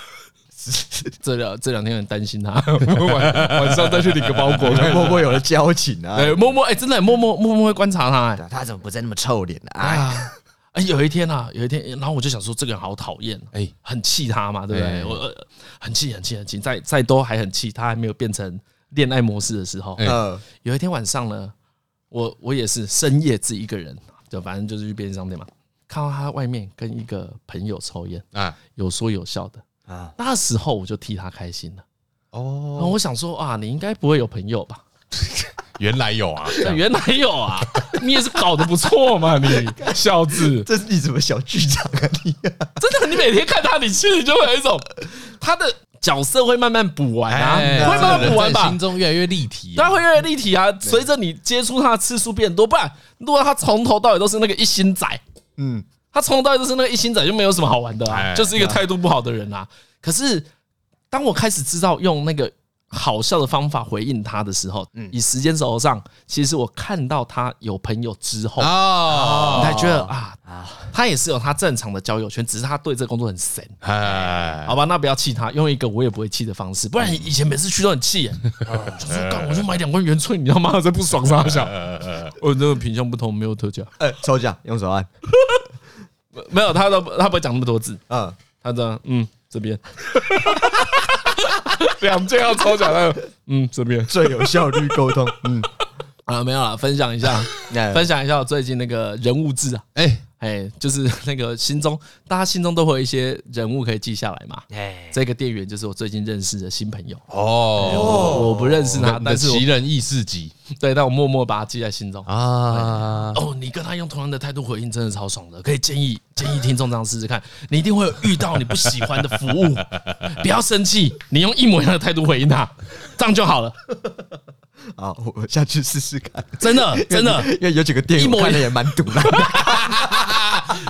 这两这两天很担心他， <laughs> 晚晚上再去领个包
<laughs>
裹。
默默有了交情啊！
<laughs> 哎，默默哎，真的默默默默会观察他哎。
他怎么不再那么臭脸呢？哎，
啊，哎，有一天啊，有一天，然后我就想说，这个人好讨厌，哎
哎，
很气他嘛，对不对？
哎
我呃很气，很气，很气，在在都还很气，他还没有变成恋爱模式的时候，
哎
呃，
有一天晚上呢，我我也是深夜自己一个人，就反正就是去便利商店嘛，看到他外面跟一个朋友抽烟，
啊，
有说有笑的
啊
啊，那时候我就替他开心了。然
哦，
后我想说啊，你应该不会有朋友吧？
原来有啊，这样
<laughs> 原来有啊，你也是搞得不错嘛，
<laughs>
你小子。
这是你什么小剧场啊？你
真的，你每天看他，你心里就会有一种他的角色会慢慢补完啊，
哎
会慢慢补完
人在
吧
心。中越来越立体啊。
他会越来越立体啊！随着你接触他的次数变多，不然如果他从头到尾都是那个一心仔，
嗯，
他从头到尾都是那个一心仔，就没有什么好玩的啊，
哎
就是一个态度不好的人啊。可是当我开始知道用那个好笑的方法回应他的时候，以时间轴上，其实我看到他有朋友之后，
哦，
你才觉得啊，他也是有他正常的交友圈，只是他对这个工作很神。
哎，
好吧，那不要气他，用一个我也不会气的方式，不然以前每次去都很气耶。就说干，我就买两罐原萃，你他妈的真不爽啥 <laughs> 想？我哦这个品相不同，没有特价，
呃，抽奖用手按，
没有他都不他不会讲那么多字，
嗯，
他这样嗯这边， <laughs> 两件要抽奖的嗯这边
最有效率沟通，嗯，
啊没有了，分享一下，
那
分享一下我最近那个人物志啊，
哎，
哎，就是那个心中大家心中都会有一些人物可以记下来嘛。
哎，
这个店员就是我最近认识的新朋友，
哦，
我我不认识他，
你的
但是我
奇人异事集
对，但我默默把它记在心中。
啊，
哦，你跟他用同样的态度回应，真的超爽的。可以建议建议听众这样试试看，你一定会有遇到你不喜欢的服
<laughs>
务，不要生气，你用一模一样的态度回应他，这样就好了。
好，我我下去试试看，
真的真的
因，为因为有几个店
一
员
模一
我看的也蛮堵的，
<laughs>
<laughs>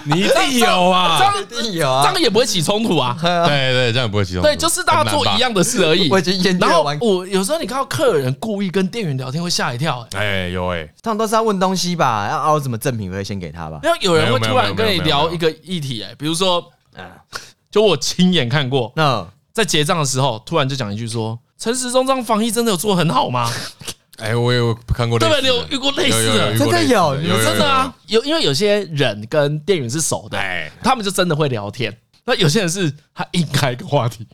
你一定有啊
这样
一定有
这
啊哎
样，也不会起冲突
<laughs>
啊。
对对，这样不会激动。
对，就是大家做一。样的事而已。
我已经研究
然后
完
我有时候你看到客人故意跟店员聊天会吓一跳、欸，
哎，有哎，
他们都是要问东西吧，要凹什么赠品我会先给他吧，
然后有人会
没有没有
突然跟
没
你
有没有
聊
没有
一个议题、哎，比如说，就我亲眼看过，
那
在结账的时候，突然就讲一句说：“陈时中这样防疫真的有做很好吗？”
哎，我有看过类
对
似
不对？
的，
你有遇过类似
有有 <laughs> 有
的
遇？
真
过
的
类似
有你们
真的啊，，有因为有些人跟店员是熟的，
哎
他们就真的会聊天。那有些人是他硬开一个话题，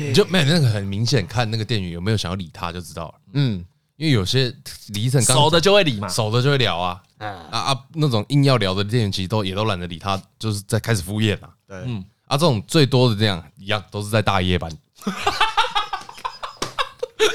有有就没有那个很明显，看那个店员有没有想要理他就知道了。
嗯，
因为有些李晨刚
熟的就会理嘛。
熟的就会聊啊啊啊，那种硬要聊的店员其实都也都懒得理他，就是在开始敷衍啊。
<laughs> 对，
啊，这种最多的这样一样都是在大夜班，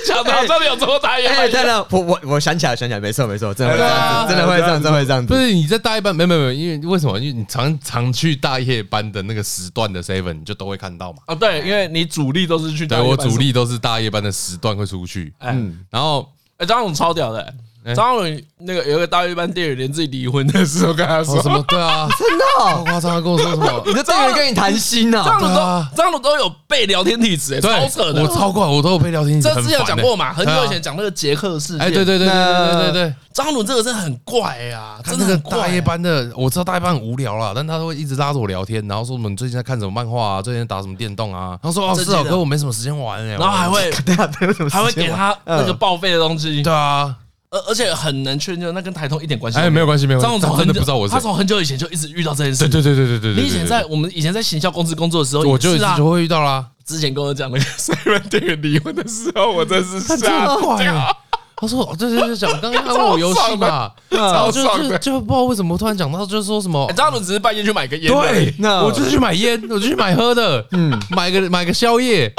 小唐这里有这么大
哎，
爷
真的，我我我想起来，想起来，没错没错，真的会这样
哎
子，真的会这样，真的会这样
不
啊
子，
是你在大夜班，没有没有没有，因为为什么？因为你常常去大夜班的那个时段的 seven，你就都会看到嘛。
啊？对，因为你主力都是去
对
大夜
我
班
主力都是大夜班的时段会出去，
哎，
然后
哎，张总超屌的，
哎
张浩伦那个有一个大一班店员，连自己离婚的时候跟他
哦
说
什么？对
<laughs>
啊，
真的
好
哦，
夸张，他跟我说什么？
你的店员跟你谈心
张
哦，
鲁
对啊
都张鲁都有被聊天体质，哎， <laughs> 超扯的
对，我。超怪，我都有被聊天，
这之前有讲过
嘛？
嘛？很久以前讲那个捷克事件，
欸啊哎，对，对对对对对对对，
张鲁这个真的很怪啊，
他
真
那
的
个
很怪
大夜班的，我知道大夜班很无聊啦，但他都会一直拉着我聊天，然后说我们最近在看什么漫画啊，最近在打什么电动啊，然后说哦
这
是
记
哦，
得
哥我没什么时间玩哎，
然后还
我 <laughs>
会
<laughs> 对啊，对，为什么时间
还会给他那个
嗯
报废的东西，
对啊，
而而且很能确认，那跟台通一点关系都
哎没有关系没有关
张
系，
鲁从
他
很久
真的不知道我是
他
谁，
从很久以前就一直遇到这件事
对。对对对对对对，
你以前
对
在我们以前在行销公司工作的时候，
我就
也是啊
就会遇到啦，
之前跟我讲那个 seven 店员离婚的时候，我真是
他真的
吓
很怪
掉。
欸。他说：“哦，对对对，讲刚刚他问我游戏嘛，然后就
超爽
就
的
就不知道为什么突然讲到，就是说什么
哎张鲁只是半夜去买个烟而已，
对，
那
我就是去买烟，我就去买喝的，嗯
嗯，
买个买个宵夜，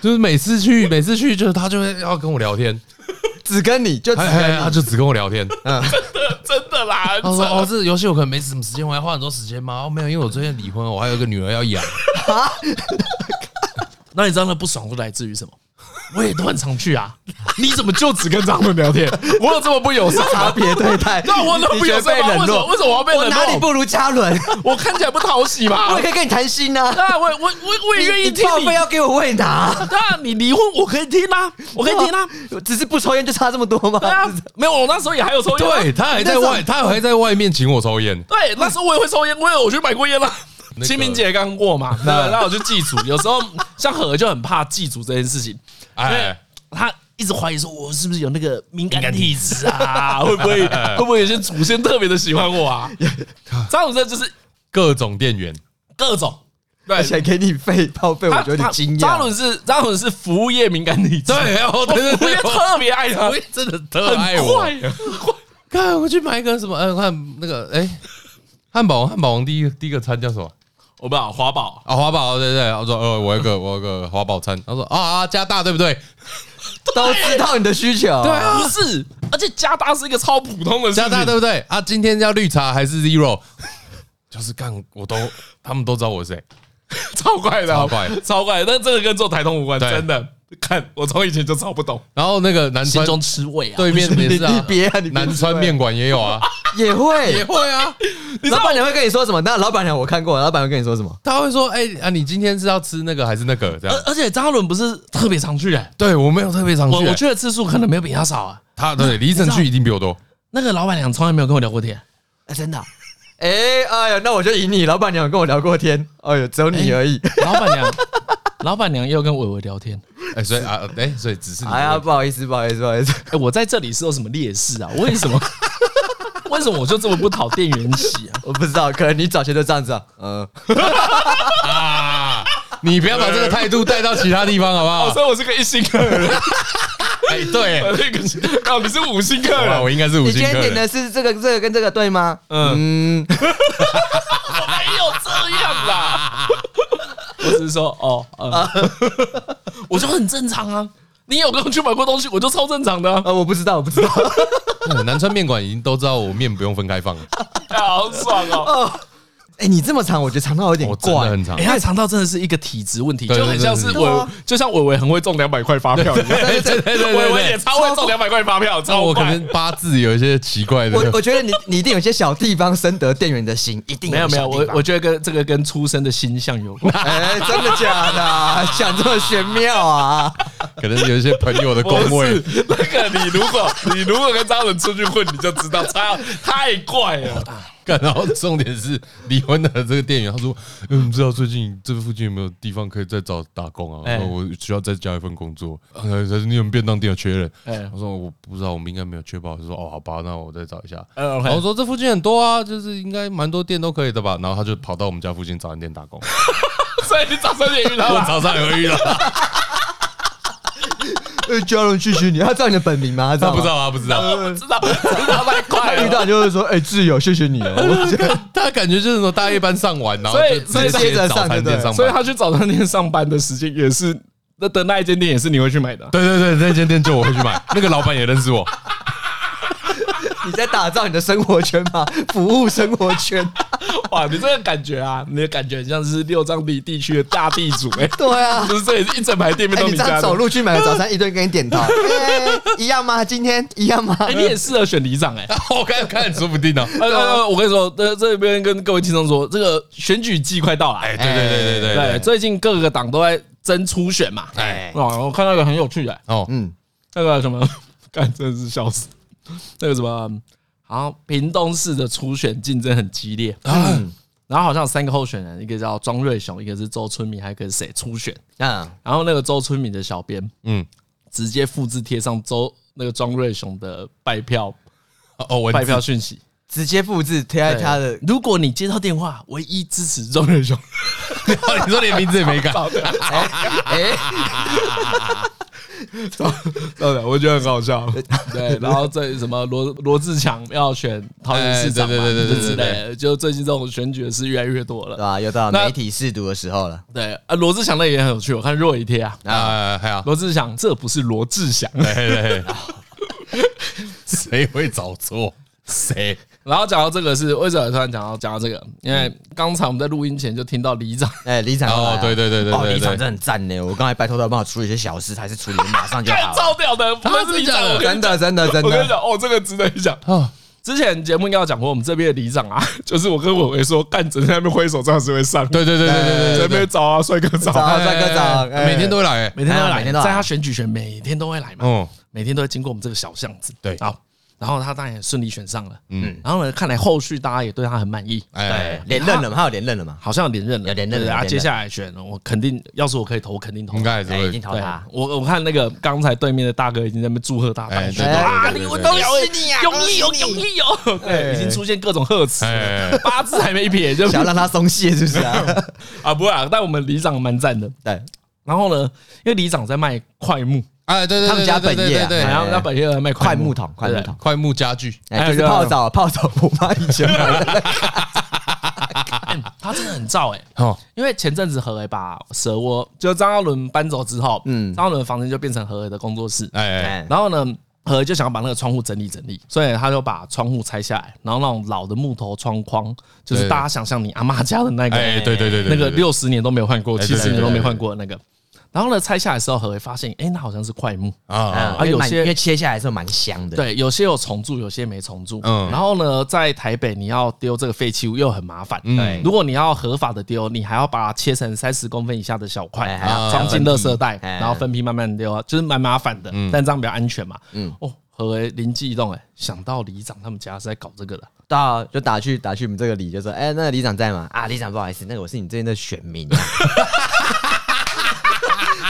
就是每次去每次去，就是他就会要跟我聊天，
只跟你嗯就只
哎哎哎
跟
他
你，
就只跟我聊天。
<laughs> 哎真的啦，很
他 <laughs> 说：“
扯
哦，这游戏我可能没什么时间，我还花很多时间吗？哦，没有，因为我最近离婚，我还有一个女儿要 <laughs> 养。
那你知道那不爽是来自于什么？ <laughs> 我也都很常去啊，你怎么就只跟张伦聊
<laughs>
天？我有这么不友善
差
吗？
别对待，
<laughs> 那我怎么
你
不
觉
友
得
善
被
吗？为
冷
什么
落？
为什么我要被
我
冷
哪里
落？
不如嘉伦？
我看起来不讨喜吗
我也？可以跟你谈心呐、
啊，我我我我也愿意
你
听
报
你
废。要给我喂拿，
对啊，你离婚我可以听
<laughs>
啊，我可以听啊。
只是不抽烟就差这么多吗？
对啊，没有，我那时候也还有抽烟啊。
对他还在外，他还在外面请我抽烟。
对，那时候我也会抽烟，我也有去买过烟了。
那个
清明节刚过
<laughs>
嘛，对，那我就祭祖。有时候像何就很怕祭祖这件事情，
哎，
他一直怀疑说我是不是有那个敏感体质啊？ <laughs> 会不会会不会有些祖先特别的喜欢我 <laughs> 啊？张鲁生就是
各种店员，
各种，
而且给你费报废，我
他
觉得你惊
张
讶。
鲁是张鲁是服务业敏感体质， <laughs>
对，哦，对对
服务业
对，
特别爱他
我，真的特爱
很
我
快。啊很快。
看，我去买一个什么？呃，看那个，哎，汉堡王，汉堡王第一个第一个餐叫什么？
我不知道华宝，
啊，华宝，对对，我说，呃，我有个我有个华宝餐，他说啊啊，加大对不对？
都知道你的需求，对啊，
不是，而且加大是一个超普通的事情，
加大对不对？啊，今天要绿茶还是 zero？就是干，我都他们都知道我是谁，
超怪的，啊
超怪
超怪的。但这个跟做台通无关，
对
真的。看，我从以前就超不懂，
然后那个南
心
川
中吃味啊。
对面也
你
是啊
你，别啊，你别
南川面馆也有啊，
也
也
会，
会啊，
你知
老
道
板娘会跟你说什么？那老板娘我看过，老板娘跟你说什么？
他会说，哎啊，你今天是要吃那个还是那个？这
而
样，
而且张嘉伦不是特别常去哎、
对我没有特别常
我
去
我
欸，
去的次数可能没有比他少啊。
他对李晨去一定比我多，
那个老板娘从来没有跟我聊过天，
哎，真的啊？ <laughs> 哎，哎呀，那我就赢你。老板娘有跟我聊过天，哎呦，只有你而已。
老板娘，老板娘又跟伟伟聊天。
哎，所以啊，哎，所以只是你的
哎呀，
问题，
不好意思，不好意思，不好意思。
哎、我在这里是有什么劣势啊？为什么？ <laughs> 为什么我就这么不讨店员喜 <laughs> 啊？
我不知道，可能你早前就这样子啊。嗯，
<laughs> 你不要把这个态度带到其他地方好不好？
以我是个一星客人，啊
哎，对，
那个是哦，你是五星客啊
好吧我应该是五
你
星
今天
客
点
人
的，是这个、这个跟这个对吗？嗯，
没有这样啦。 <laughs> 我只是说，哦，嗯， <laughs> 我就很正常啊。你有跟我去买过东西，我就超正常的、啊，
呃，我不知道，我不知道。 <laughs>
嗯南川面馆已经都知道我面不用分
<laughs>
开放了，
好爽哦。
哎，你这么长，我觉得长到有点
哦我真的
怪。
很长
哎、。他肠道真的是一个体质问题，
对
就很像是啊
对
对对对
伟，就像伟伟很会中两百块发票一样， <laughs>
对对对对
伟伟也超会中两百块发票，
那
超
我可
快。
能八字有一些奇怪的
我，我觉得你你一定有些小地方深得店员的心，一定
没有没有，
小地
我
方
我觉得跟这个跟出生的星象有 <laughs> 关。
<laughs> 哎，真的假的啊？想这么玄妙啊？
可能有一些朋友的
不
工位
是。那个，你如果你如果跟张伦出去混，你就知道他太怪了。
干然后重点是离婚的这个店员，他说：“ <laughs> 嗯，不知道最近这附近有没有地方可以再找打工啊？
哎
然后我需要再加一份工作。呃还是你们便当店有缺人？”
哎
他说：“我不知道，我们应该没有缺吧？”就说：“哦，好吧，那我再找一下。”
嗯，OK
然后我说：“这附近很多啊，就是应该蛮多店都可以的吧？”然后他就跑到我们家附近早餐店打工。
所以你早上也遇到
我
了，
早上有遇到，
呃，家人拒绝你，他知道你的本名吗？
他不
吗。
知道，他不知道。
知道知道太快
遇
了。
到就会说：“哎，挚友，谢谢你哦。
他感觉就是说大夜班上完，然后
所以
就
所以
直
接
接
着上
早
对
餐店
不对
上
<laughs>
班。
所以他去早餐店上班的时间也是那的那一间店也是你会去买的。啊
对对对，那间店就我会去买，那个老板也认识我。
你在打造你的生活圈嘛，服务生活圈。
<laughs> 哇，你这个感觉啊，你的感觉很像是六张犁地区的大地主哎、
对啊，
<laughs> 就是这里一整排店面
哎、
都
你这
家
样
的
走。路去买个早餐，一顿给你点头，哎一样吗？今天一样吗？
哎、你也适合选
<laughs>
里长哎、
我看看，说不定呢。
啊
呃呃，我跟你说，呃，这边跟各位听众说，这个选举季快到了，
哎，对对对对
对，
对对，
最近各个党都在争初选嘛。
哎，
哦，我看到一个很有趣的、
哦，
嗯，
那个什么， <laughs> 干真的是笑死。那个什么，好像屏东市的初选竞争很激烈，然后好像有三个候选人，一个叫庄瑞雄，一个是周春明，还有一个是谁初选。
嗯，
然后那个周春明的小编
嗯，
直接复制贴上周那个庄瑞雄的拜票
哦，我
拜票讯息。
直接复制贴在他的
对如果你接到电话，唯一支持庄瑞 <laughs> 雄。
你说连名字也
<laughs>
没改，
对的，我觉得很好笑。 <laughs> 对，然后这什么罗罗志强要选桃园市长嘛，
哎对对对对
之
对对
类的，就最近这种选举的事越来越多
对
了。
吧、又到
那
媒体试读的时候了，
对啊，罗志祥那也很有趣，我看若一贴啊，
啊，还好，
罗志祥这不是罗志祥，啊
对对对，谁会找错？谁？
然后讲到这个是为什么突然讲到讲到这个？因为刚才我们在录音前就听到里长
哎、李长
哦，对对对对
哦，李
对
长真
对，
的很赞呢。我刚才拜托他帮我处理一些小事，还是处理得马上就
干
好。
哎超屌的，不啊是里长，我跟
真的，真的，真
我跟你
的，
讲，哦，这个值得一讲。
啊，
哦之前节目应该有讲过，我们这边的里长啊， <laughs> 就是我跟伟伟说，干只在那边挥手，这样子会上。
对对对对对
在
对
那
对，
边找啊，帅哥找啊，
找帅哥找，哎
每天都会来，
每天都会
哎
来，
每天都来
在他选举前每天都会来嘛，
嗯，
每天都会经过我们这个小巷子。
对
好，然后他当然也顺利选上了。
嗯
嗯，然后呢，看来后续大家也对他很满意，
哎
哎，
连任了嘛，他有连任了嘛？
好像有连任了，
有连任了
对啊，
有连任
接下来选我肯定，要是我可以投，我肯定投
应。该还是
哎，已经
会，
投
对啊
他，，
我我看那个刚才对面的大哥已经在那边祝贺他
哎
当选
对对对
啊，
对
你
对
我
对
都了
恭喜你啊
永毅有
恭喜
永
你
毅有，
哎
对，已经出现各种贺词，
哎，
八字还没撇就
想要让他松懈，是不是啊？
啊，不会啊，但我们里长蛮赞的。
<laughs> 对，
然后呢，因为里长在卖快木，
哎，对对，对
然后那本业在卖
快
木
木桶，快木桶，
快木家具，
哎，就是泡澡，泡澡我妈以前买的，
哎他真的很燥哎、
哦，
因为前阵子何伟把蛇窝，就张嘉伦搬走之后，嗯，张嘉伦的房间就变成何伟的工作室，
哎，
哎
然后呢，何伟就想要把那个窗户整理整理，所以他就把窗户拆下来，然后那种老的木头窗框，就是
对
大家想象你阿妈家的那个，
哎，对对对
那
对，
个六十年都没有换过，
哎
七
对
十年
对
都没
对
换过的那个。然后呢，拆下来之后，何伟发现，哎，那好像是块木，
啊，
啊，
有
有
些
些因为切下来之后蛮香的，，
对，有些有重铸，有些没重铸。
嗯
然后呢，在台北你要丢这个废弃物又很麻烦。
嗯
对
如果你要合法的丢，你还要把它切成三十公分以下的小块
哎，还要
装进垃圾袋，
哎
然后分批慢慢丢，就是蛮麻烦的。但这样比较安全嘛。嗯，哦，何为灵机一动，哎，想到里长他们家是在搞
<laughs>
这个的，
到就打去打去我们这个里，就说，哎，那个里长在吗？啊，里长不好意思，那个我是你最近的选民啊。 <laughs>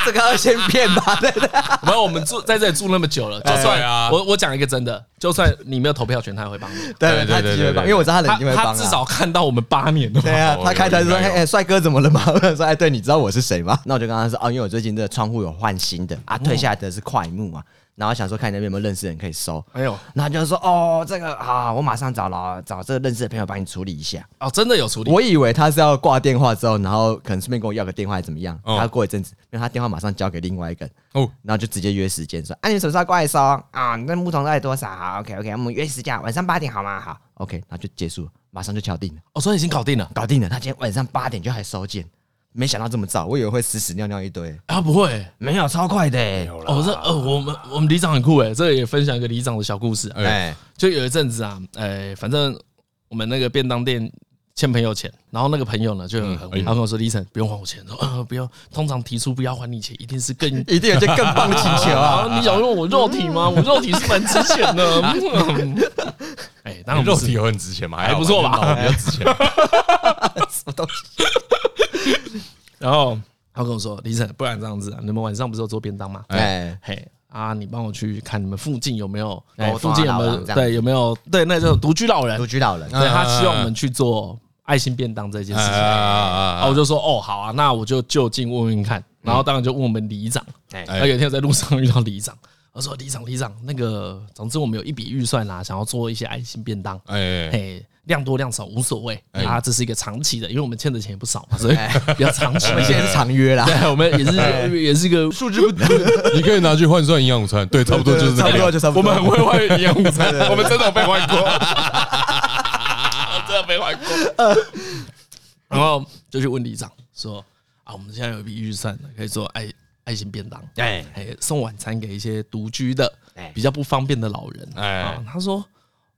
这个要先骗
<laughs>
吧，对的，
没有，我们住在这里住那么久了，就
哎
算
对啊
我我讲一个真的，就算你没有投票权，他也会帮你。
对对
他
对
机会
对
帮，因
对
为我知 <laughs> 道他人
他
一定会帮
他
啊
至少看到我们八年了嘛
对。啊，
哦
他开头就说：“
有有
哎、
有
哎帅、哥怎么了吗？” <laughs> 我想说：“哎、对，你知道我是谁吗？”那我就跟他说：“哦，因为我最近这个窗户有换新的
哦
啊，退下来的是快木啊，然后想说看你那边有没有认识的人可以收。”
哎呦，
然后就说：“哦，这个啊，我马上找了找这个认识的朋友帮你处理一下。
哦，真的有处”理，
我以为他是要挂电话之后，然后可能顺便跟我要个电话还是怎么样。
哦
他过一阵子，因为他电话马上交给另外一个人，
哦，
然后就直接约时间说：“啊，你什么时候过来收啊？那木桶到底多少好？OK OK，我们约时间，晚上八点好吗？好，OK，然后就结束了，马上就敲定了。”
哦，所以已经搞定了
搞定了。他今天晚上八点就还收件，没想到这么早，我以为会屎屎尿尿一堆，
啊？不会欸。
没有，超快的、
哦，这
啊
呃，我们我们里长很酷哎，这也分享一个里长的小故事、啊。
哎
哎，
就有一阵子啊，哎，反正我们那个便当店欠朋友钱，然后那个朋友呢就
嗯
很很无
哎呦
他跟我说：“李晨，不用还我钱。”说：“ <laughs> 呃，不要，通常提出不要还你钱，一定是更
一定有件更棒的请求 <laughs> 啊！
<laughs>
啊，你想用我肉
<laughs>
体吗？我肉体是蛮值钱的。嗯” <laughs> 哎，当然不
肉
是
体有很值钱嘛，
还不错吧
脑比较值钱，
什么东西？
然后他跟我说：“李晨，不然这样子啊，你们晚上不是有做便当吗？
哎，
嘿啊，你帮我去看你们附近有没有，哦
哎
附近有没
老
有
人这样
对有没有对那种独居老人
哎独，居老人，
对他
嗯
希望我们去做爱心便当这件
啊
事情。然后我就说哦好啊，那我就就近问问看。然后当然就问我们里长，
哎
然后有一天我在路上遇到里长，我说里长里长，那个总之我们有一笔预算啦，想要做一些爱心便当，
哎，
嘿，量多量少无所谓
哎
啊，这是一个长期的，因为我们欠的钱也不少嘛，所以比较长期
我们
一
现
点。
在是长约啦，
对，我们也是也是一个
数字不
你可以拿去换算营养午餐，对，差不多就是这
差
个
不多就差不
我
多。
们很会换营养午餐，我们真的有被换过，真的被换过。然后就去问里长说啊，我们现在有一笔预算，可以做爱爱心便当，
哎
哎，送晚餐给一些独居的
哎、
比较不方便的老人。
哎
啊，他说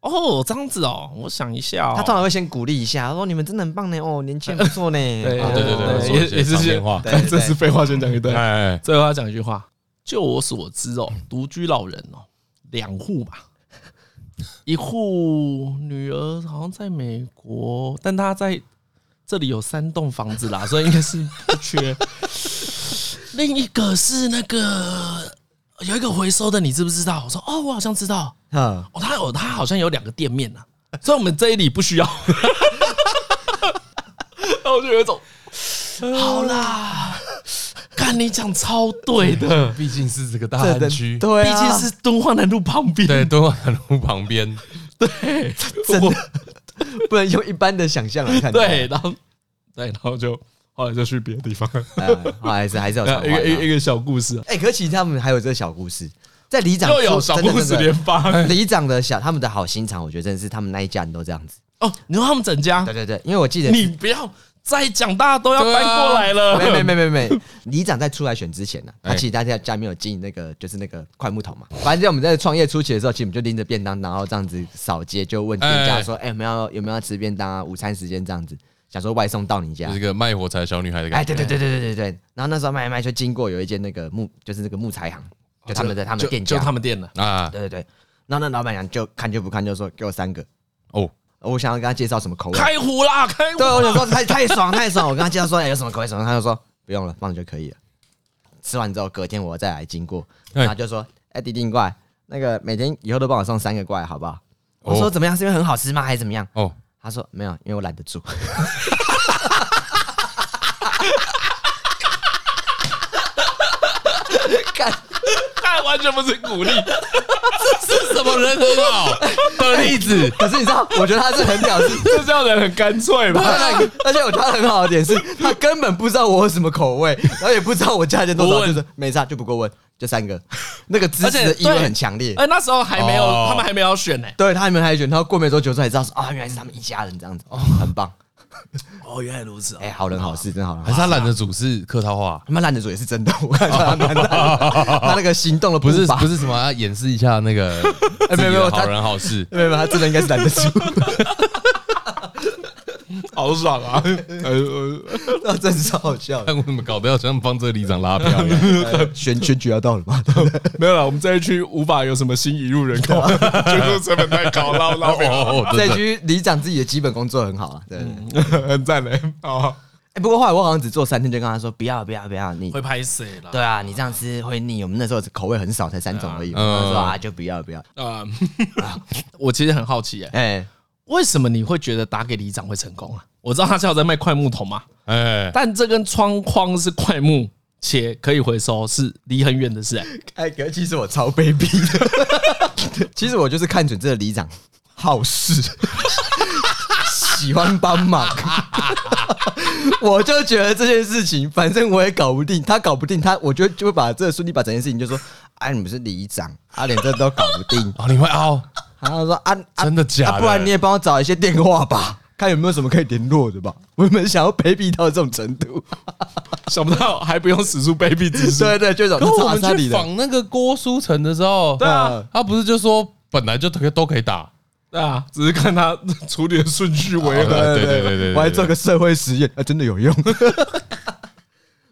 哦，这样子哦，我想一下哦，
他通常会先鼓励一下，说你们真的很棒呢，哦，年轻人不错呢。
对
哦
对对对对
也也是
长篇话
对对
<laughs> 这是废话，先讲一
哎
段。
哎，哎
最后要讲一句话，就我所知哦，独居老人哦，两户吧，一户女儿好像在美国，但她在这里有三栋房子啦，所以应该是不缺。另一个是那个有一个回收的，你知不知道？我说哦，我好像知道。
嗯，
哦，他有他好像有两个店面呢、啊，所以我们这一里不需要。 <laughs> 然后我就有一种，好啦，看你讲超对的，
毕竟是这个大
这
安
的
区，
对
毕
啊，
竟是敦化南路旁边，
对，敦化南路旁边，
真的，不能用一般的想象 <laughs> 来看待。
对，然后对，然后就后来就去别的地方，
<laughs> 哎
呃，还是还是要偿还
一个一个
啊。
一个小故事啊，
哎，可其实他们还有这个小故事，在里长
又有
说
小
真的
故事
真的哎
连发
里长的小他们的好心肠，我觉得真的是他们那一家人都这样子。
哦，你说他们整家
对，对对，因为我记得
你不要再讲，大家都要
对啊
搬过来 <laughs> 了，
没没没没没，里长在出来选之前呢、他
哎
其实大家家里面有经营那个就是那个块木头嘛。反正在我们在创业初期的时候，其实我们就拎着便当，然后这样子扫街，就问店家说：“哎、有没有有没有要吃便当啊？午餐时间这样子，想说外送到你家
就是。一个卖火柴小女孩的”
哎，
感觉。
对对对对对对对。然后那时候卖卖就经过有一间那个木，就是那个木材行，就他们的他们
就
的店
就
家，
他们店了，
啊，
对对对。然后那老板娘就看就不看，就说：“给我三个。
哦，”
我想要跟他介绍什么口味。
开胡啦，开胡
对，，我想说太太爽太爽，我跟他介绍说、哎有什么口味什么，他就说不用了，放着就可以了。吃完之后，隔天我再来经过，
哎
然后就说：“哎、弟弟你过来，那个每天以后都帮我送三个过来，好不好？”
哦
我说：“怎么样？是因为很好吃吗？还是怎么样
哦，？”
他说：“没有，因为我懒得煮。 <laughs> 干”
看完全不是鼓励，
这是什么人很好的例子？
可是你知道，我觉得他是很屌丝。
<laughs> 这叫人很干脆吧？
而且我觉得他很好的点是，他根本不知道我有什么口味，然后也不知道我价钱多
不
少，
问
就是没差就不过问，就三个， <laughs> 那个支
而
持
且
的意
对
味很强烈。
哎，那时候还没有，
哦
他们还没有选呢。
对他们还选，他过没多久之后才知道说啊，原来是他们一家人这样子，哦，很棒，
哦，原来如此
哎，好人好事，真好人好
还
事。
是他懒得煮是客套话？
他妈烂的主也是真的，我看他蛮烂的，
<laughs>
他那个行动的
不是
步伐
不，是什么要掩饰一下那 <laughs> 个
哎没有没有
自己的
他
好人好事，
没有没有，他真的应该是拦得住， <laughs>
好爽啊！呃
那真是好笑的。哎
但我怎么搞得要像帮这个里长拉票
<laughs>
一样？
选选举要到了嘛？
没有了，我们这一区无法有什么新移入人口， <laughs> 居住成本太高，捞
哦哦，哦
这局里长自己的基本工作很好啊，对对。对
很赞嘞。哦，
哎，不过后来我好像只做三天，就跟他说不要不要不要，你
会拍谁了？
对啊，你这样吃会腻。我们那时候口味很少，才三种而已嘛。
嗯
我说啊，就不要不要。
啊， <laughs> 我其实很好奇，哎，
哎，
为什么你会觉得打给里长会成功啊？我知道他是有在卖块木头嘛，
哎，
但这根窗框是块木，且可以回收，是离很远的事。哎
哎，可是其实我超卑鄙的。 <laughs> 其实我就是看准这个里长好事，喜欢帮忙。 <laughs> 我就觉得这件事情，反正我也搞不定，他搞不定他，我觉得就会把这个顺利把整件事情就说，哎，你们是里长，啊，连这都搞不定。
哦，你会凹？
然后说啊，啊
真的假的
啊不然你也帮我找一些电话吧， <laughs> 看有没有什么可以联络的吧。 <laughs> 我们想要卑鄙到这种程
<laughs>
度，
想不到还不用使出卑鄙之术。
对对，就这
可
种
我们
查查
去
理的
访那个郭书成的时候，嗯
对啊
他不是就说本来就可以都可以打？
对啊，只是看他处理的顺序为何。
呃对对对对
我还做个社会实验，啊，真的有
<laughs>
用。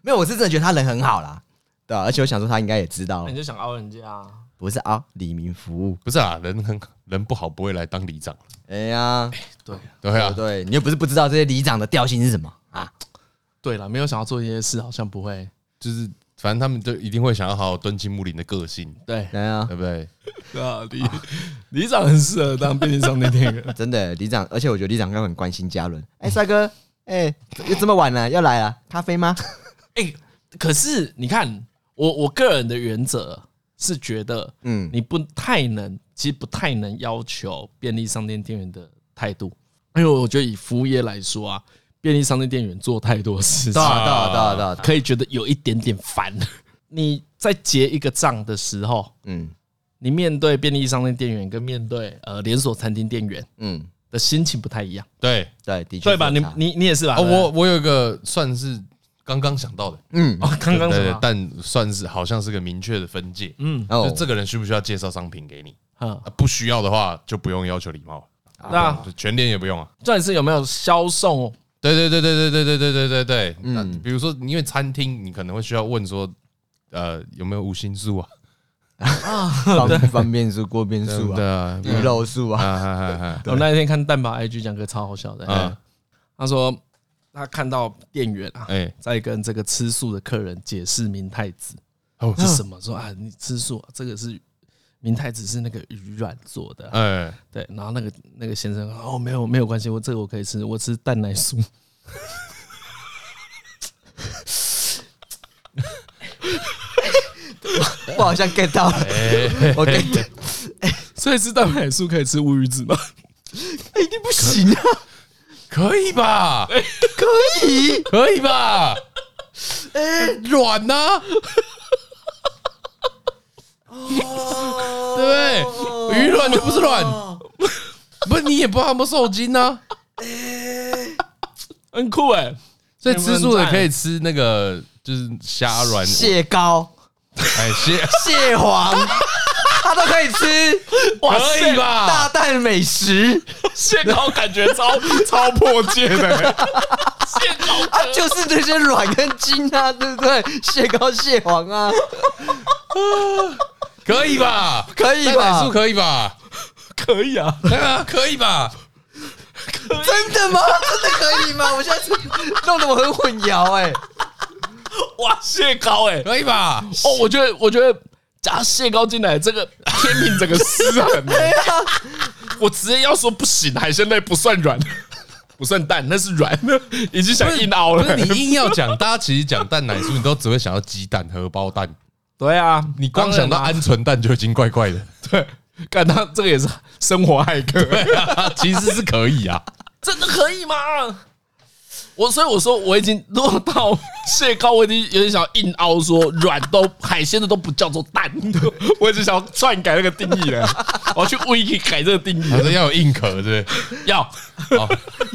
没有，我是真的觉得他人很好啦，对啊、而且我想说他应该也知道
哎
那，你就想凹人家、啊。
不是啊，李明服务。
不是啊，人很人不好不会来当里长，
哎呀，
对
对
对
啊
不，对，你又不是不知道这些里长的调性是什么啊？
对了，没有想要做这些事，好像不会。
就是反正他们就一定会想要好好敦亲睦邻的个性，
对
对啊，
对不对？
对啊，里里长很适合当便利商店店员。
真的里长，而且我觉得里长应该很关心嘉伦。哎、帅哥，哎、又这么晚了，要来了，咖啡
<laughs>
吗？
<laughs> 哎、可是你看，我我个人的原则是觉得，
嗯
你不太能，其实不太能要求便利商店店员的态度。因为我觉得以服务业来说啊，便利商店店员做太多事情
对，啊对啊对啊对啊，
可以觉得有一点点烦。 <laughs> 你在结一个账的时候，
嗯
你面对便利商店店员跟面对呃连锁餐厅店员
嗯，
的心情不太一样，
对，
对，的确
对吧？
是有
你哦
差
你你也是吧？
啊，我我有一个算是刚刚想到的，
嗯
哦，刚刚什
对，
么？
但算是好像是个明确的分界，
嗯，
哦
就这个人需不需要介绍商品给你？
嗯
啊不需要的话，就不用要求礼貌，
啊那
就全店也不用啊。
重点是有没有销售？
对对对对对对对对对对对，
嗯
那比如说，因为餐厅你可能会需要问说，呃，有没有无心素啊？
方方便素、锅边素啊、
啊
鱼 <laughs> 肉素
啊
啊，
哈哈哈
<laughs> 我那一天看蛋宝 IG 讲个超好笑的，
嗯
他说他看到店员啊，
哎
在跟这个吃素的客人解释明太子
哦
是什么，说啊，你吃素、啊、这个是明太子是那个鱼卵做的啊，
哎，
对，然后那个那个先生哦，没有没有关系，我这个我可以吃，我吃蛋奶素。
哎
我好像 get 到了，我 get 到
所以吃蛋奶素可以吃乌鱼
<laughs>
子吗？
哎
一定不行啊，
可以吧？
可
<laughs>
以，
可以吧？哎，软呐，
哦
对不对？鱼卵就不是卵，不是你也不知道有没有受精啊呢。
哎很酷哎、
欸所以吃素的可以吃那个就是虾软，
蟹膏、
哎蟹
蟹
<laughs>
黄，它都可以吃，
哇
可以
大
吧？
蛋美食
蟹膏感觉超 <laughs> 超
破戒的，
蟹膏，
啊，就是这些卵跟筋
<laughs>
啊，对不对？蟹膏、蟹黄啊，
可以吧？
可以
蛋奶素
吧？
可以吧？ <laughs>
可以啊，
对啊，可以吧？
真的吗？真的可以吗？我现在弄得我很混淆
<laughs>
哎、
哇蟹膏哎、
可以吧？
哦，我觉得我觉得加蟹膏进来这个天平整个失
<laughs>
衡了，
啊
我直接要说不行，海鲜类不算软。不算蛋，那是软，已经想硬凹
不
了
是。你硬要讲，大家其实讲蛋奶素，你都只会想到鸡蛋、荷包蛋，
对啊，
你光想到鹌鹑蛋就已经怪怪的。
对，看他这个也是生活骇客，
对啊，其实是可以啊。
真的可以吗？我所以我说我已经落到蟹膏，我已经有点想要硬凹说软都海鲜的都不叫做蛋，我已经想要篡改那个定义了，我要去故意改这个定义
反，正要有硬壳，对不
要
对？好，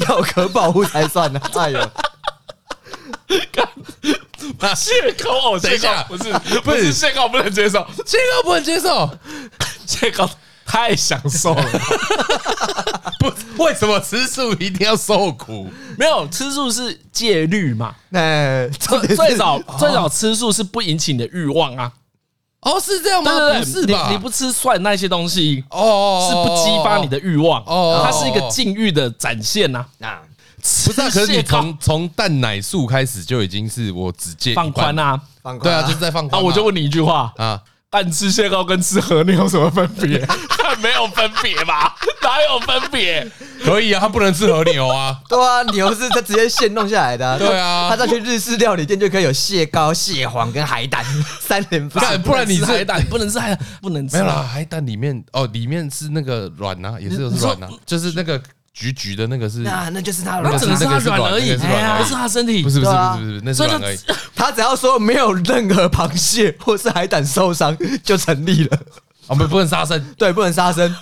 要可保护才算呢、哎呦，
那
蟹膏哦，
等一
蟹
下
膏不是不是蟹膏不能接受，
这个不能接受，
蟹膏太享受了。
不，为什么吃素一定要受苦？
没有吃素是戒律嘛，
那哎重点
最
是哦
最早最早吃素是不引起你的欲望啊，
哦，是这样
对
吗？
对对，
不是吧？
你你不吃蒜那些东西，
哦，
是不激发你的欲望，
哦
它是一个禁欲的展现呐、
啊，
不
不是啊？可是你从从蛋奶素开始就已经是我只戒一半
放宽，啊，
放宽。
对啊，就是在放
那
宽啊。
我就问你一句话：
啊，
但吃蟹膏跟吃和牛有什么分
<laughs>
别？没有分别吧？哪有分别？
可以啊，他不能吃和牛啊
<laughs> 对啊，牛是它直接现弄下来的、
对啊
他再去日式料理店就可以有蟹膏、蟹黄跟海
<laughs>
胆三连发
干，不然你
吃
这
海胆不能吃海胆，不能吃啊
没有啦，海胆里面哦，里面是那个卵啊，也是有
你
是
说
卵啊，就是那个橘橘的那个是，
那那就是他的
那
那
卵
只
是
能是它
那个是
软
卵
而已，
那个是卵
哎呀
而已
不是它身体，
不是不
对
是
啊
不是不是，那是
所以
卵
就
而已。
他只要说没有任何螃蟹或是海胆受伤就成立了，
我 <laughs> 们不能杀生，
对，不能杀生，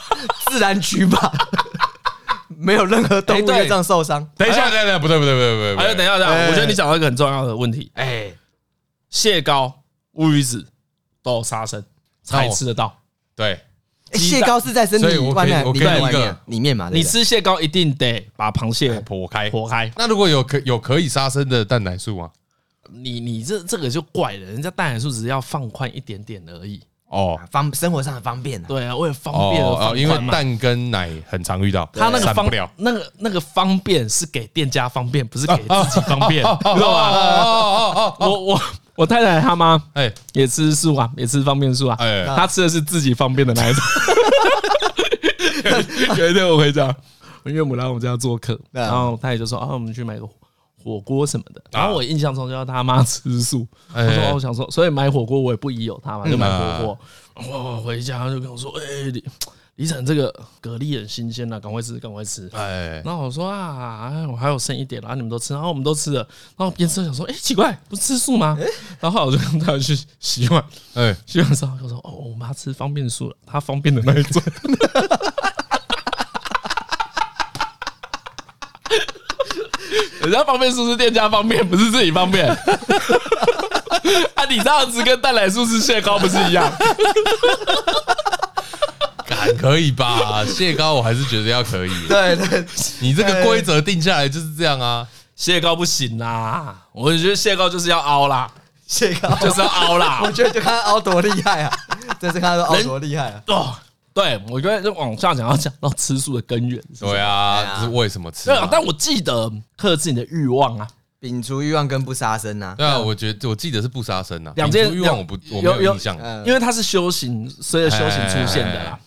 自然取法，没有任何动
哎
物
对
业障受伤。
<laughs> 等一下，等一下，不对不对不对不对，
哎，等一下，等一下，
哎
我觉得你讲到一个很重要的问题：
哎，
蟹膏、乌鱼子都有杀生，才吃得到。
对，
哎蟹膏是在身
所
体
以我可以
外面，
我可
里
以
面
一
外面
个
里面嘛，对
你
不对
吃蟹膏一定得把螃蟹
剖开。
剖开，
那如果有可有可以杀生的蛋奶素吗？
你你这这个就怪了，人家蛋奶素只是要放宽一点点而已。
哦
方生活上的方便啊，
对啊，为了方便而
哦
放
哦，因
宽
为
嘛。
蛋跟奶很常遇到，
他那个
散
方
不了。
那个那个方便是给店家方便，不是给自己方
<laughs>
便，你知道吗？
哦哦哦哦，
我我我太太她妈
<laughs> 哎
也吃素啊，也吃方便素啊，
哎
她吃的是自己方便的
<laughs>
那一种。有一天我回
<laughs>
家，我岳母来我们家做
啊
客，
嗯
然后她也就说啊，我们去买个火火锅什么的。然后我印象中就是她妈吃素，
啊哎
我说哦我想说，所以买火锅我也不宜有她嘛，就买火
嗯
锅。我我回家就跟我说，哎，你李晨这个蛤蜊很新鲜了，啊赶快吃，赶快吃。
哎，
然后我说啊，哎我还有剩一点啦，你们都吃，然后我们都吃了，然后边吃想说，哎、奇怪，不是吃素吗？然后后来我就跟他去洗碗，
哎，
洗碗上我说，哦，我妈吃方便素了，她方便的那一种。 <laughs> 人家方便素是店家方便，不是自己方便。 <laughs> 啊，你这样子跟蛋奶素吃蟹膏不是一样？
敢可以 <laughs> 吧？蟹膏我还是觉得要可以。
对对，
你这个规则定下来就是这样啊。
蟹膏不行啦，我觉得蟹膏就是要凹啦，
谢高，
就是要凹啦。
我觉得就看他凹多厉害啊，真是看他凹多厉害啊！
哦，对，我觉得就往下讲，要讲到吃素的根源。是不是
对
对
啊，
啊
这是为什么吃
对啊
啊？，
但我记得克制你的欲望啊，
摒除欲望跟不杀生呐、
对啊，我觉得我记得是不杀生啊。
两件
民族欲望我不我没
有
有
有
印象。
嗯
因为它是修行，随着修行出现的
哎哎哎
啦。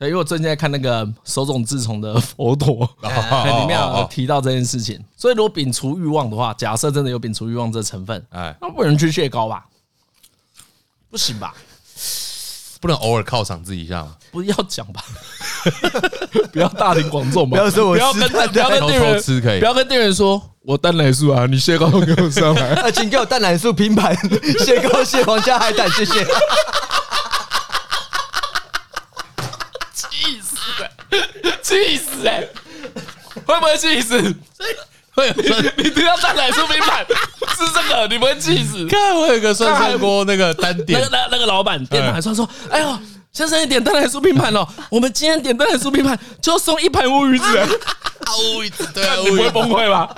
对，因为我最近在看那个手冢治虫的《佛 <laughs> 陀》，对，里面有提到这件事情。所以如果摒除欲望的话，假设真的有摒除欲望这成分，
哎，
那不能去蟹膏吧？不行吧？
不能偶尔犒赏自己一下吗？
不要讲吧， <laughs> 不要大庭广众吧，
不要说我
不要
吃
跟
饭
不要跟
偷
店员
偷吃可以
不要跟店员说我蛋奶素啊，你蟹膏都给我上来。
啊，请给我蛋奶素拼盘，蟹膏、蟹黄加海胆，谢谢。
气死欸！气死哎、会不会气死？
对，
你你听到蛋奶酥冰板是这个，你不会气死？
看我有个涮涮锅那个单
那
点
个，那那个老板店长还说说，哎呦，先生你点蛋奶酥冰盘哦，我们今天点蛋奶酥冰盘就送一盘乌鱼子欸，
哦，对啊，
<laughs> 你不会崩溃吧？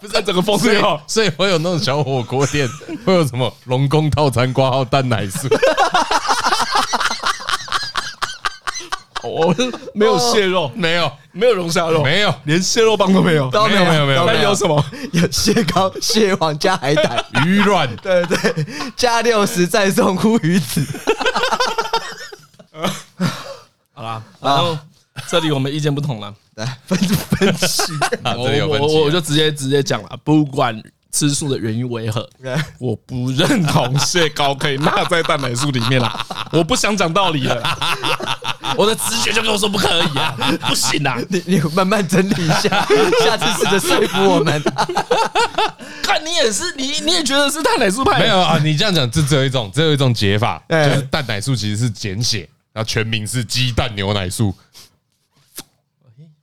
不是整个崩溃哦，
所以会有那种小火锅店，会有什么龙宫套餐挂号蛋奶酥，
哦我没有蟹肉，
没有，
没有龙虾肉，
没有，
连蟹肉棒都没有，
都
没有没有没有
那
没
有什么？
有蟹膏、蟹黄加海胆，
鱼卵，
对对，加六十再送乌鱼子。
好啦，然后这里我们意见不同了。
来分分析，
啊
我
这里有
哦我
问
我我
题
就
啊。
直接直接讲了，不管吃素的原因为何，我不认
<laughs>
同蟹膏可以纳在蛋奶素里面啦，我不想讲道理了啦，我的直觉就跟我说不可以啊，不行啊，
你你慢慢整理一
<laughs>
下，下次试着说服我们。
看你也是你你也觉得是蛋奶素派的
没有啊，你这样讲，这只有一种，只有一种解法，就
哎
是蛋奶素其实是简写，然后全名是鸡蛋牛奶素，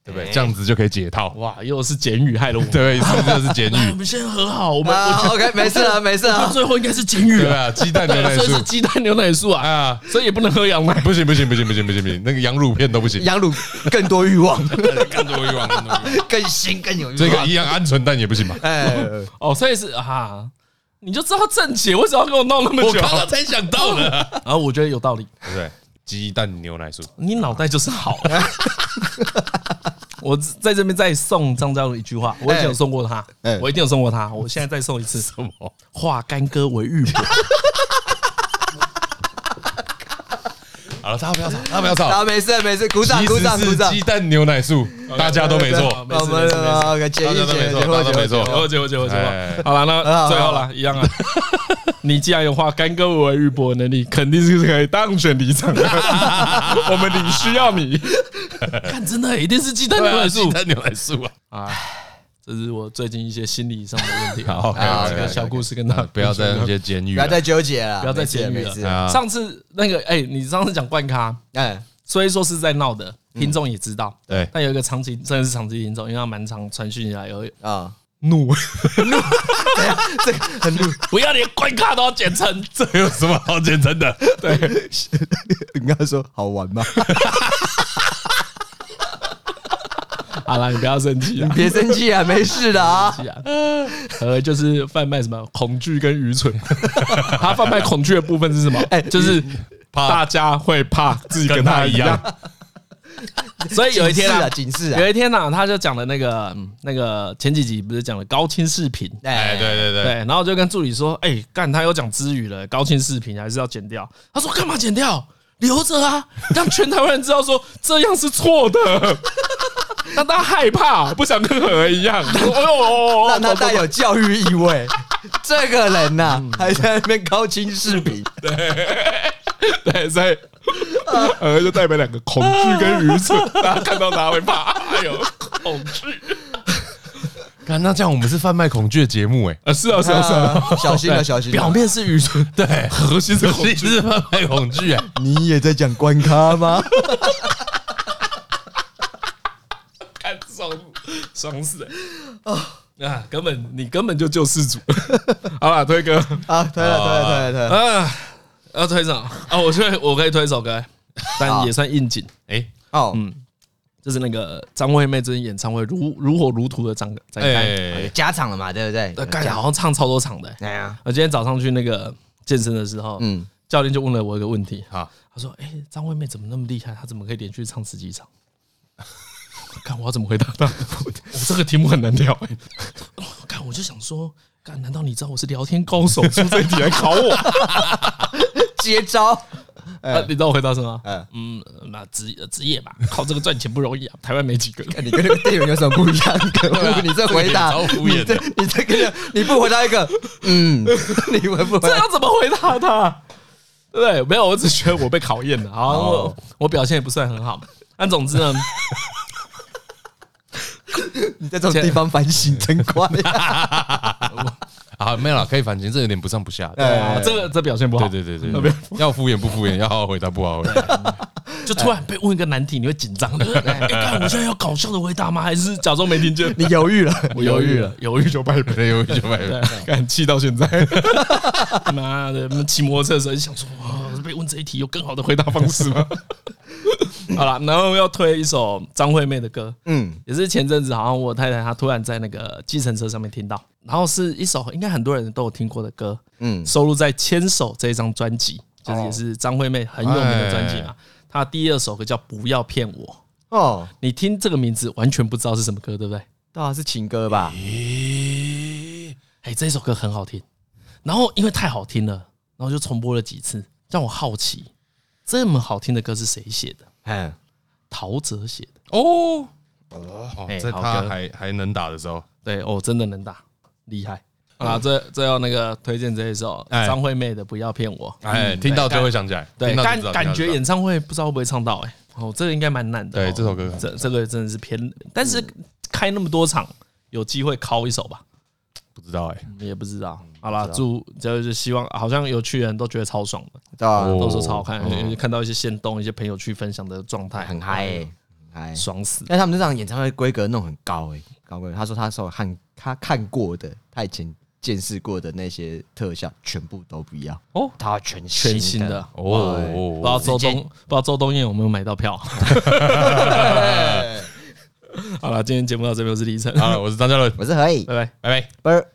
对不对？这样子就可以解套，
哇，又是简语害了我，
对，是不是就是简
哎我
语？
们先和好，我们
啊，OK，没事了，没事
我
了。
最后应该是简语
对
了，
啊，鸡蛋牛奶
所以是
素
鸡蛋牛奶素啊，
啊，
所以也不能喝羊奶。
不行不行不行不行不行不行，那个羊乳片都不行，
羊乳更多欲
<laughs>
望，
更多欲望，更多欲望
更新更有欲望。
这个一样鹌鹑蛋也不行吧？
哎，
哦，所以是啊，你就知道正解，为什么要给我弄那么久？
才想到了，
<laughs> 然后我觉得有道理，
对不对？鸡蛋牛奶素，
你脑袋就是好。啊 <laughs> 我在这边再送张嘉伦一句话，我以前有送过他
哎，
我一定有送过他，我现在再送一次什么？化干戈为玉帛。
好了，大家不要吵，大家不要
好，
吵。
没事没事，鼓掌
其
鼓掌
实
鼓
是
掌。
鸡蛋牛奶素，大家都没错，
没事
我们
没事没事
OK，解
大
一
家都没
解，
错
解惑
大家都没
解惑解
错
惑
<laughs> 我结我结我结
哎
好了，
很好
那最后了，一样啊。 <laughs> 你既然有化干戈为玉帛的能力，肯定是可以当选里 <laughs> 长的。我们里需要 <laughs> 你。看，真的一定是鸡蛋牛奶
鸡
素
蛋牛奶素啊！
啊！ <laughs> 这是我最近一些心理上的问题。哎
好，
啊
这
，OK，OK，OK
个小故事跟大家
不要
分享一
再
下
那些监狱
不要
了，
再纠结了，
不要再
没事
监狱
没
了
事。
啊
上次那个，哎、你上次讲冠咖，
哎，
虽说是在闹的，听众也知道，
对
但有一个长期真的是长期听众，因为他蛮常传讯起来，有
啊，
<laughs>
怒，
<laughs> 这个很怒，
不要连冠咖都要简称， <laughs> 这
有什么好简称 <laughs> 的？
你刚刚说好玩吗？
好了，你不要生气
你
啊。
别生气啊，没事的 <laughs> 啊。
是啊呃，就是贩卖什么恐惧跟愚蠢。 <laughs> 他贩卖恐惧的部分是什么？就是
怕
大家会怕自己跟他一样。所以有一天
警示啊，
啊，
警示
有
啊，
一天呐、他就讲了那个、嗯那个前几集不是讲了高清视频，
哎，对对
对，
对，
然后我就跟助理说，哎、干他有讲之语了，高清视频还是要剪掉。他说干嘛剪掉？留着啊，让全台湾人知道说这样是错的， <laughs> 让大家害
<laughs>
怕，不想跟何一样。哦
让他带有教育意 <laughs> 味。这个嗯 <laughs> 人呐，还在那边高清视频，
对，所以
呃，就代表两个恐惧跟 <laughs> 愚蠢，大家看到他会怕，哎呦，恐惧。看，那这样我们是贩卖恐惧的节目哎、
啊，是啊，是啊，是啊，
啊小心了，小心了。
表面是愚蠢，
对，
核心是恐
是
惧。
是贩卖恐惧哎、
你也在讲关卡吗？
看爽爽死了！
啊，根本你根本就救世主 <laughs>
好了，推哥
<laughs> 啊，推了，推了，推了，推了。
啊！要推什么啊？我觉得我可以推一首歌，但也算应景，
哎
哦，
就是那个张惠妹最近演唱会如如火如荼的展展开，
哎，
加场了嘛，对不对？
呃干好像唱超多场的欸。
哎呀，
我今天早上去那个健身的时候，
嗯，
教练就问了我一个问题，
好，
他说：“哎、张惠妹怎么那么厉害？她怎么可以连续唱十几场？” <laughs> 看我要怎么回答他？ <laughs> 我我这个题目很难聊、欸。 <laughs> 看我就想说，看难道你知道我是聊天高手？出这一题来考 <laughs> 我？
接 <laughs> 招。
啊你知道我回答什么？
嗯
嗯，那职呃职业吧，靠这个赚钱不容易啊，台湾没几个。
看你跟那个店员有什么不一 <laughs> 样？可恶，你啊这回答
这个也超敷衍
你这你这个你不回答一个， <laughs> 嗯，你回不回
<laughs> 这
答？
要怎么回答他？对不对，没有，我只觉得我被考验了啊，我我表现也不算很好。但总之呢，
你在这种地方反省真
<laughs>
快。
好，没有了，可以反省，这有点不上不下。对
哎
啊这个这表现不好，
对对对对，要敷衍不敷衍，要好好回答不好好回 <laughs> 答。
就突然被问一个难题，你会紧张的。哎，干我现在要搞笑的回答吗？还是假装没听见？
你犹豫了，
我犹豫了，犹豫就
<laughs>
败北。
对，有就没有。
敢气到现在，妈的！骑摩托车的时候就想说，哇被问这一题有更好的回答方式 <laughs> 吗？好了，然后要推一首张惠妹的歌，
嗯，
也是前阵子好像我太太她突然在那个计程车上面听到，然后是一首应该很多人都有听过的歌，
嗯
收录在《牵手》这一张专辑，就是也是张惠妹很有名的专辑嘛。她第二首歌叫《不要骗我》，
哦，
你听这个名字完全不知道是什么歌，对不对？
当然是情歌吧。
哎，这首歌很好听，然后因为太好听了，然后就重播了几次，让我好奇，这么好听的歌是谁写的？
嗯，
陶喆写的。
哦，哦
哎，
在
好
他
哥
还还能打的时候，
对，哦，真的能打，厉害。啊，最最后那个推荐这一首
哎
张惠妹的《不要骗我》，
哎，听到就会想起来，
对，
听到就
感
知道
感觉。
听到就知
演
道
唱会不知道会不会唱到哎、哦，这个应该蛮难的哦。
对这首歌很
这这个真的是偏，但是开那么多场，有机会敲一首吧，
不知道哎，
也不知道。好啦，祝就是希望，好像有去的人都觉得超爽的，
对吧？
哦
都说超好看，因为看到一些线动，一些朋友去分享的状态，
很嗨欸，很嗨。
爽死。
但他们这场演唱会规格弄很高哎、高规格。他说他所看他看过的，他以前见识过的那些特效，全部都不要
哦
哦，他要全新
全新的，不知
哦，
道周
直
冬
接
不知道周冬燕有没有买到票。 <laughs>
嗯
好了，今天节目到这边，我是李晨，
好了，我是张嘉伦，
我是何以，
拜拜。
拜拜。
不是